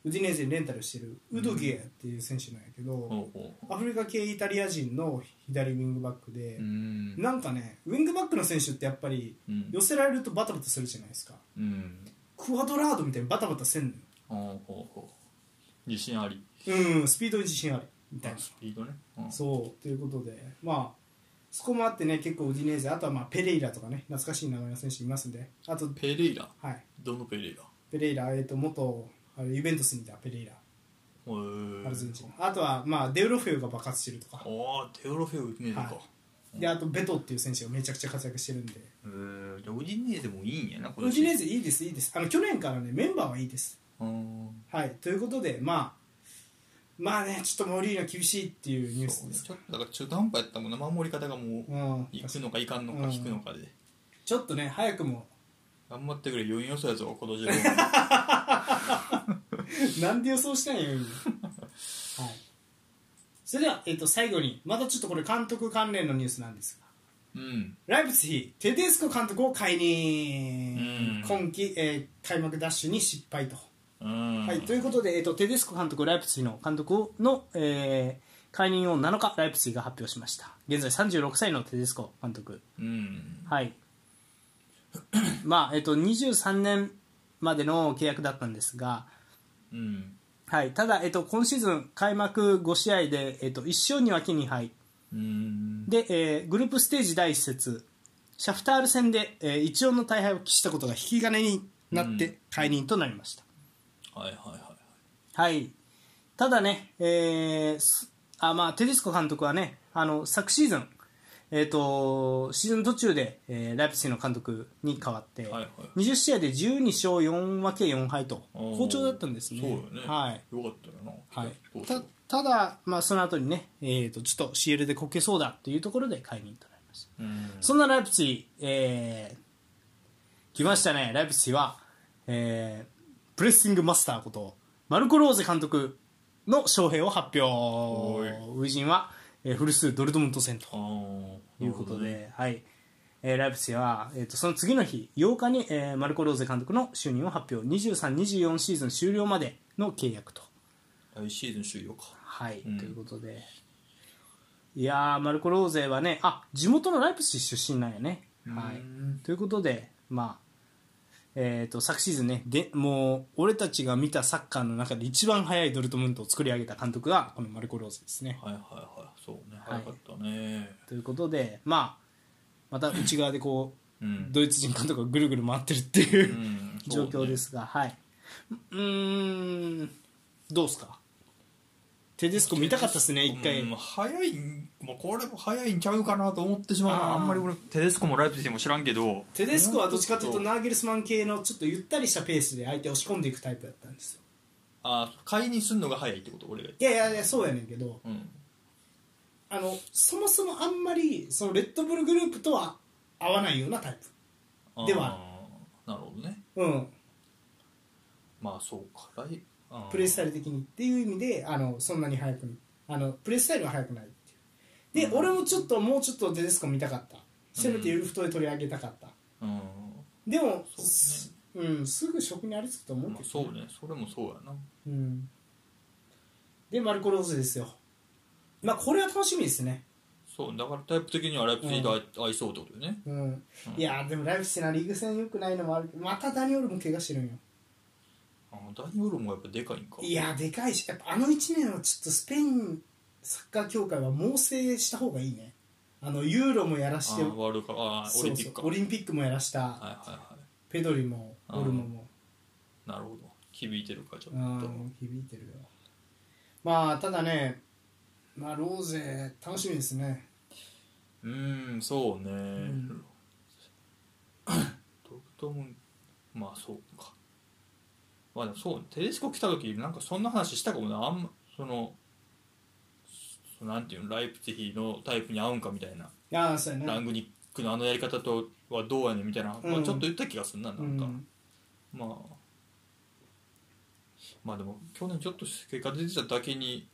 A: ウディネーゼにレンタルしてるウドギエっていう選手なんやけど、
B: ほうほ
A: アフリカ系イタリア人の左ウィングバックで
B: うう、ん
A: なんかねウィングバックの選手ってやっぱり
B: うん
A: 寄せられるとバタバタするじゃないですか
B: うん
A: クワドラードみたいにバタバタせんのよ
B: ほうほうほう自信あり
A: うん、スピードに自信あるみたい
B: スピードねうん
A: な。そうということで、まあ、そこもあってね、結構ウディネーゼ、あとはまあペレイラとかね、懐かしい名前の選手いますんで、あと、
B: ペレイラ
A: はい、
B: どのペレイラへ
A: ペレイラ、えっと元あのユベントスにいたペレイラ、
B: え
A: アルゼンチン、あとは、まあ、デウロフェウが爆発してるとか、
B: ああテオロフェウねえのか
A: はであとベトっていう選手がめちゃくちゃ活躍してるんで、
D: えー、じゃあウジネーゼもいいんやなこ
A: ウディネーゼいいです、いいです、あの去年からね、メンバーはいいです。
B: うん
A: はい、ということで、まあ、まあね、ちょっとモリーナ厳しいっていうニュー
B: そ
A: ス
B: う
A: で
B: ね
A: す。
B: ちょっとだから中途半端やったもんな守り方がもう
A: うん、
B: いくのかいかんの
A: う
B: か
A: ん
B: 引くのかで
A: ちょっとね、早くも *laughs*
B: 頑張ってくれ4予想やぞ今年
A: なんで予想したんや
B: *laughs*
A: 今はいそれでは、えっと、最後にまたちょっとこれ監督関連のニュースなんですが
B: うん
A: ライプツヒテデスコ監督を解任
B: うん
A: 今季、えー開幕ダッシュに失敗と、
B: うん
A: はい、ということで、えっと、テデスコ監督ライプツヒの監督をの、えー解任を7日ライプツヒが発表しました現在36歳のテデスコ監督
B: うん *laughs*
A: はい。まあ、えっと、23年までの契約だったんですが、
B: うん
A: はい、ただ、えっと、今シーズン開幕5試合で、えっと、1勝に分け2敗
B: うん
A: で、えーグループステージ第1節シャフタール戦で、えー、1音の大敗を喫したことが引き金になっ
B: うん
A: て解任となりました、
B: はいはいは
A: はい、ただね、えーすあまあ、テディスコ監督はねあの昨シーズン、えー、とシーズン途中で、えーライプツィヒの監督に代わって、
B: いはいはい
A: 20試合で12勝4分け4敗と
B: おー
A: 好調だったんですね。
B: そうよね
A: はい
B: よかったよな
A: はい
B: どう、ぞ
A: たただ、まあ、その後にね、えー、とちょっと CL でこけそうだというところで解任となりました、
B: うん
A: そんなライプツィ、えー来ましたねライプツィは、えープレッシングマスターことマルコ・ローゼ監督の招聘を発表初陣は、えーフルスドルトムント戦と
B: あー
A: ということで、はいえーライプツィヒは、えー、とその次の日8日に、えーマルコ・ローゼ監督の就任を発表2324シーズン終了までの契約と,、
B: 来シーズン終了か
A: はい
B: うん
A: ということでいやーマルコ・ローゼはねあ地元のライプツィヒ出身なんやね、は
B: う
A: い、
B: ん
A: ということでまあえー、と昨シーズンねでもう俺たちが見たサッカーの中で一番速いドルトムントを作り上げた監督がこのマルコ・ローゼですね、
B: はいはいはいそうね
A: は
B: 早
A: い
B: かったね
A: ということでまあまた内側でこう
B: うん
A: ドイツ人監督がぐるぐる回ってるっていう
B: う、ん
A: 状況ですすが、はい。うーん、どうですかテデスコ見たかったですね、一回。
B: 早いん、まあ、これも早いんちゃうかなと思ってしまうな
A: あー
B: あんまり俺テデスコもライプツィヒも知らんけど
A: テデスコはどっちかというと
B: も
A: ナーゲルスマン系のちょっとゆったりしたペースで相手を押し込んでいくタイプだったんですよ。
B: あ買いにすんのが早いってこと俺が言っ
A: いやいやいや、そうやねんけど、
B: たうん
A: あの、そもそもあんまり、そのレッドブルグループとは合わないようなタイ
B: あー
A: では
B: なるほどね
A: プ。うん。
B: まあそうかライあー
A: プレースタイル的にっていう意味で、あの、そんなに早く、あの、プレースタイルは早くないっていう。で、俺もちょっと、もうちょっとテデスコ見たかった。せめてユルフトで取り上げたかった。
B: うん、
A: でも
B: そうね
A: すうん、すぐ職にありつくと思う
B: ま
A: け
B: あ、
A: ど、
B: そうねそれもそうやな
A: うん、でマルコ・ローゼですよまあこれは楽しみですね、
B: そうだからタイプ的にはライプツィヒと合合いそうってことよね
A: うん
B: うん
A: いやーでもライブしてなリーグ戦良くないのもあるけどまたダニオルも怪我してるんよ
B: あーダニオルもやっぱでかいんか
A: いやーでかいしやっぱあの1年はちょっとスペインサッカー協会は猛省した方がいいねあのユーロもやらして
B: あーワールドカップあー
A: そうそう
B: オリンピックか
A: オリンピックもやらした、
B: はいはいは
A: ペドリも
B: うん
A: オルモも
B: いなるほど響いてるかちょっ
A: う
B: と
A: ん響いてるよまあただねまあローゼ楽しみですね
B: うんそうね、
A: ん
B: ドルトムンまあそうかまあでもそうテレスコ来た時なんかそんな話したかもなあんまそのそのなんていうのライプツィヒのタイプに合うんかみたいな、
A: ああそうや
B: ラ
A: ね
B: ングニックのあのやり方とはどうやねんみたいな、ま
A: う
B: あ、
A: ん
B: ちょっと言った気がするなな
A: うん
B: か、
A: ん
B: まあまあでも去年ちょっと結果出てただけに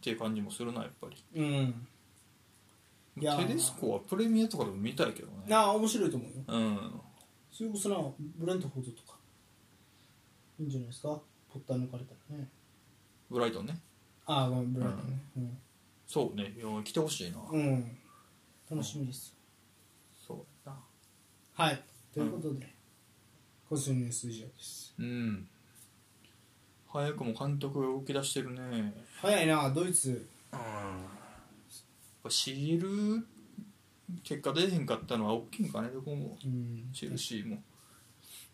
B: っていう感じもするなやっぱり
A: うんいやー
B: テレスコはプレミアとかでも見たいけどね
A: なあ面白いと思うよ
B: うん
A: それこそなブレントフォードとかいいんじゃないですかポッター抜かれたらね
B: ブライトンね
A: ああごめんブレントねうん、
B: そうねいや来てほしいな、
A: うん、楽しみです
B: そうやな
A: はいということで、今週のニュース以上です
B: うん早くも監督が動き出してるね
A: 早いなドイツ
B: シール結果出えへんかったのは大きいんかねどこも
A: うん
B: チェルシーも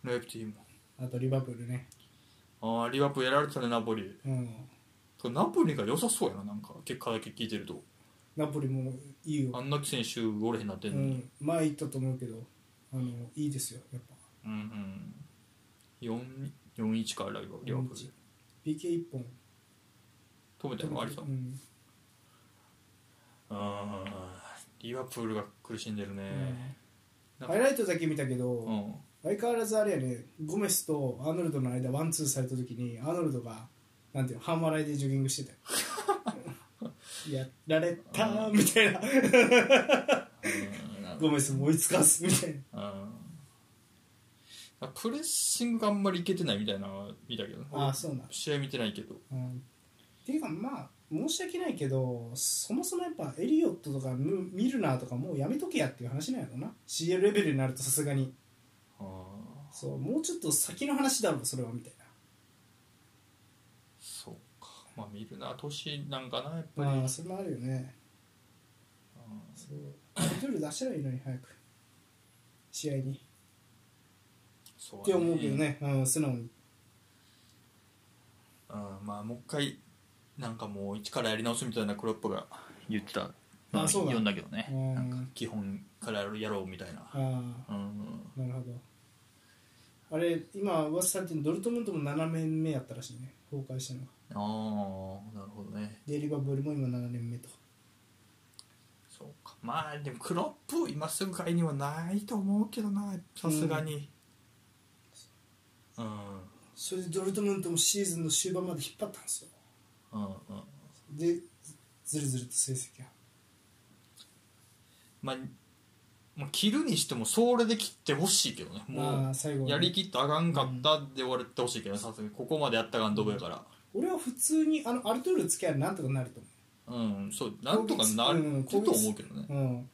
B: ライプティ
A: あとリバプールね
B: もああリバプールやられてたねナポリ
A: うん
B: これナポリが良さそうやななんか結果だけ聞いてると
A: ナポリもいいよ
B: あんな選手おれへんなって
A: うん
B: のに、
A: ん、前言ったと思うけどあのいいですよやっぱ
B: うんうん、4-1かライバリバプール
A: PK1 本
B: 止めたのありさ
A: うん
B: あーリバプールが苦しんでるね
A: うんハイライトだけ見たけど、
B: うん
A: 相変わらずあれやねゴメスとアーノルドの間ワンツーされた時にアーノルドがなんていうの半笑いでジョギングしてたよ *laughs* やられたーみたいな
B: うん
A: ゴメスも追いつかすみたいな
B: うんプレッシングがあんまりいけてないみたいなのは見たけど
A: ああそうなん
B: 試合見てないけど
A: うんっていうかまあ申し訳ないけどそもそもやっぱエリオットとかムミルナーとかもうやめとけやっていう話なんやろな CL レベルになるとさすがに
B: あー
A: そうもうちょっと先の話だろうそれはみたい
B: そうかまあ見るな年なんかなやっぱ
A: な
B: り、
A: まあそれもあるよねそうミドル出したらいいのに早く試合に
B: そう
A: って
B: や
A: 思うけどね、うん、素直に
B: うんまあもう一回なんかもう一からやり直すみたいなクロップが言ってた
A: あそうだ
E: 読んだけどね
A: う
E: なん
A: ん
E: か
B: 基本からやろうみたいな
A: あ
B: うん
A: あなるほどあれ今噂されてるドルトムントも7年目やったらしいね崩壊したのが
B: ああなるほどね
A: でリバブルも今7年目と
B: そうかまあでもクロップを今すぐ買いにはないと思うけどなさすがにうん
A: それでドルトムントもシーズンの終盤まで引っ張ったんですよ
B: うんうん
A: でずるずると成績が
B: まあもう切るにしてもそれで切ってほしいけどね
A: ま
B: も
A: あ最後
B: う
A: はね
B: やりきったあかんかったで終わってほしいけどねさすがにここまでやったらあかんとこやから
A: 俺は普通にあのアルトゥール付き合いなんとかなると
B: うんそうなんとかなると思うけどね
A: 思ううん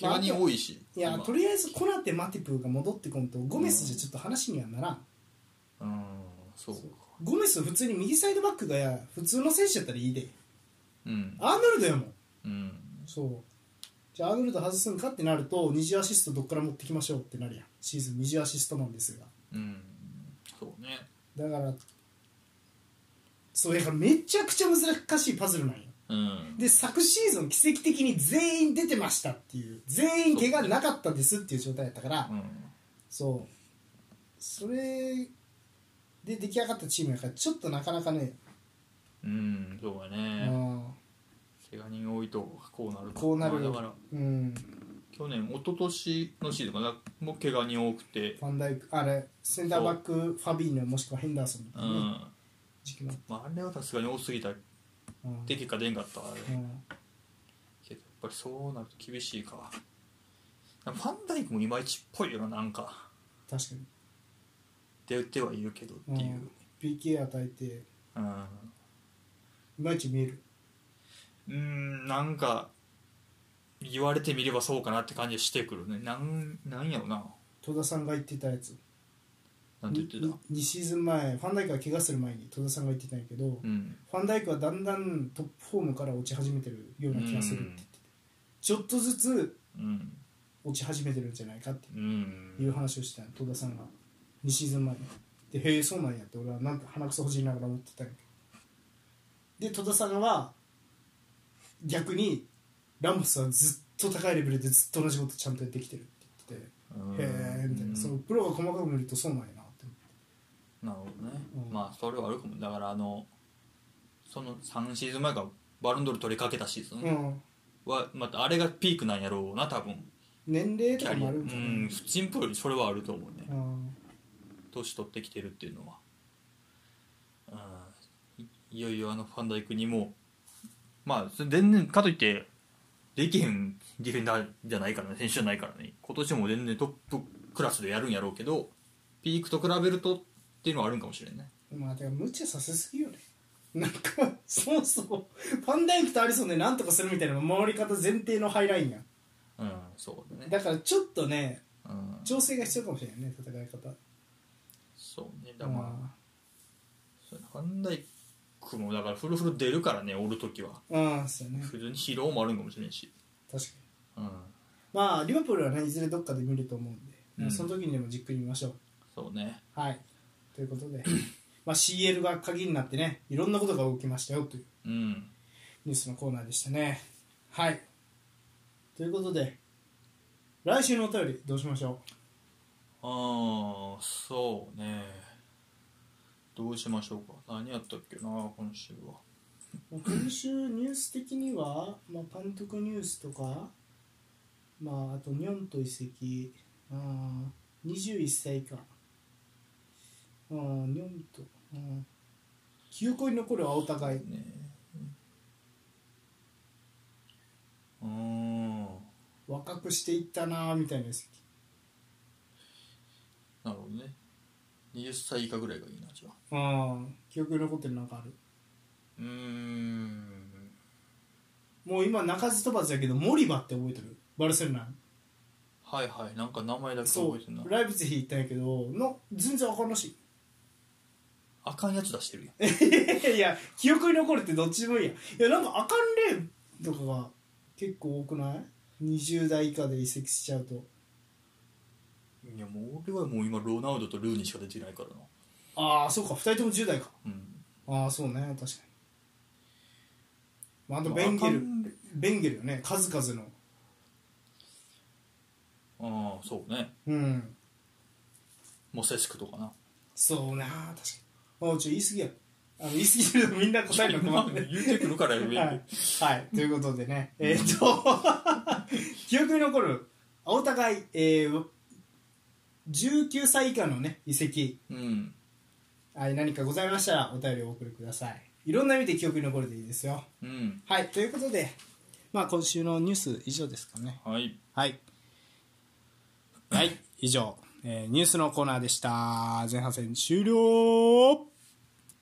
B: 怪我人多いし
A: いや
B: 今
A: とりあえずコナテマティプーが戻ってこんとゴメスじゃちょっと話にはならん
B: うんそうか
A: ゴメス普通に右サイドバックがや普通の選手やったらいいで
B: うん
A: アーノルドやもん
B: うん
A: そうじゃあアーノルド外すんかってなると二次アシストどっから持ってきましょうってなるやんシーズン二次アシストなんですが
B: うんそうね
A: だからそうだからめちゃくちゃ難しいパズルなんよ
B: うん
A: で昨シーズン奇跡的に全員出てましたっていう全員怪我なかったですっていう状態やったから
B: うん
A: そうそれで出来上がったチームやからちょっとなかなかね、
B: うんそうだ
A: う
B: ね
A: ん、
B: 怪我人多いとこうなる
A: こうなる
B: まあだから
A: うん
B: 去年一昨年のシーズンかなもう怪我人多くて
A: ファンダイクあれセンターバックファビーノもしくはヘンダーソンみ
B: う
A: た
B: ん
A: いな、ね時期も
B: まああれはさすがに多すぎたって
A: うん
B: 結果出んかったからね
A: うん
B: けどやっぱりそうなると厳しいかファンダイクもいまいちっぽいよななんか
A: 確かに
B: 出てはいるけどっていう
A: PK 与えてい
B: うん
A: まいち見える
B: うんなんか言われてみればそうかなって感じがしてくるねなんなんやろな
A: 戸田さんが言ってたやつ
B: なんて言ってた
A: 2, シーズン前ファンダイクが怪我する前に戸田さんが言ってたんやけど、
B: うん
A: ファンダイクはだんだんトップフォームから落ち始めてるような気がするって言っててちょっとずつ
B: うん
A: 落ち始めてるんじゃないかって
B: うん
A: いう話をしてたの戸田さんが2シーズン前にでへえそうなんやって俺はなんか鼻くそほじりながら思ってたんやけどで戸田さんは逆にラモスはずっと高いレベルでずっと同じことちゃんとやってきてるって言ってて
B: うん
A: へえみたいなそのプロが細かく見るとそうなんやなって思って
B: なるほどね、
A: うん
B: まあそれはあるかもだからあのその3シーズン前がバロンドール取りかけたシーズ
A: う
B: ン
A: ん、
B: は、またあれがピークなんやろうな多分
A: 年齢と
B: キ
A: か
B: ャリ
A: も
B: ア
A: あ
B: う
A: るんかな、
B: ん普通にプロよりそれはあると思うね
A: うん
B: 年取ってきてるっていうのはうんいいよいよあのファンダイクにもまあそれ全然かといってできへんディフェンダーじゃないからね選手じゃないからね今年も全然トップクラスでやるんやろうけどピークと比べるとっていうのはあるんかもしれんね
A: まあでも無茶させすぎよねなんかそもそもファンダイクとアリソンでなんとかするみたいな回り方前提のハイラインやん
B: うんそうね
A: だからちょっとね
B: うん
A: 調整が必要かもしれないね戦い方
B: そうねだからまあそうねファンダイクもだからフルフル出るからねおるときは
A: うんうんそうね
B: 普通に疲労もあるんかもしれんし
A: 確かに
B: うん
A: まあリバプールはねいずれどっかで見ると思うんで、
B: うん
A: その時にでもじっくり見ましょう
B: そうね
A: はいということで *clears throat* まあ CL が鍵になってねいろんなことが起きましたよという
B: うん
A: ニュースのコーナーでしたねはいということで来週のお便りどうしましょ
B: ああそうねどうしましょうか何やったっけな今週は
A: う今週ニュース的には、まあ、監督ニュースとか、まあ、あとニョンと移籍あー21歳以下あーニョンとあー記憶に残る青互い
B: ねうん
A: 若くしていったなーみたいな移籍
B: なるほどね20歳以下ぐらいがいいなじゃあ
A: あー記憶に残ってるなんかある
B: うーん
A: もう今鳴かず飛ばずやけどモリバって覚えてるバルセロナ
B: はいはいなんか名前だけ
A: そ
B: 覚
A: う
B: えてんな
A: ライブツィヒ行ったんやけどの全然あかんらし
B: あかんやつ出してるやん
A: いいや記憶に残るってどっちでもいいやいやなんかあかん例とかが結構多くない20代以下で移籍しちゃうと
B: いやもう俺はもう今ロナウドとルーにしか出てないからな
A: ああそうか2人とも10代か
B: うん
A: ああそうね確かに、まあ、あと
B: まあ
A: ベンゲ
B: あか
A: ル
B: ん
A: ベンゲルよね数々の
B: ああそうね
A: うん
B: モセスクとかな
A: そうな確かにあうちょ言い過ぎやあの言い過ぎてるとみんな答えなくなるね
B: *laughs* 言うてくるから言え
A: *laughs*
B: る
A: はい、はい、ということでね、えーっと、 *laughs* 記憶に残る、お互い、えー、19歳以下のね、遺跡、
B: うん
A: はい、何かございましたら、お便りをお送りください。いろんな意味で記憶に残るでいいですよ。
B: うん
A: はい、ということで、まあ、今週のニュース、以上ですかね。
B: はい
A: はい。はい、以上、えーニュースのコーナーでした。前半戦終了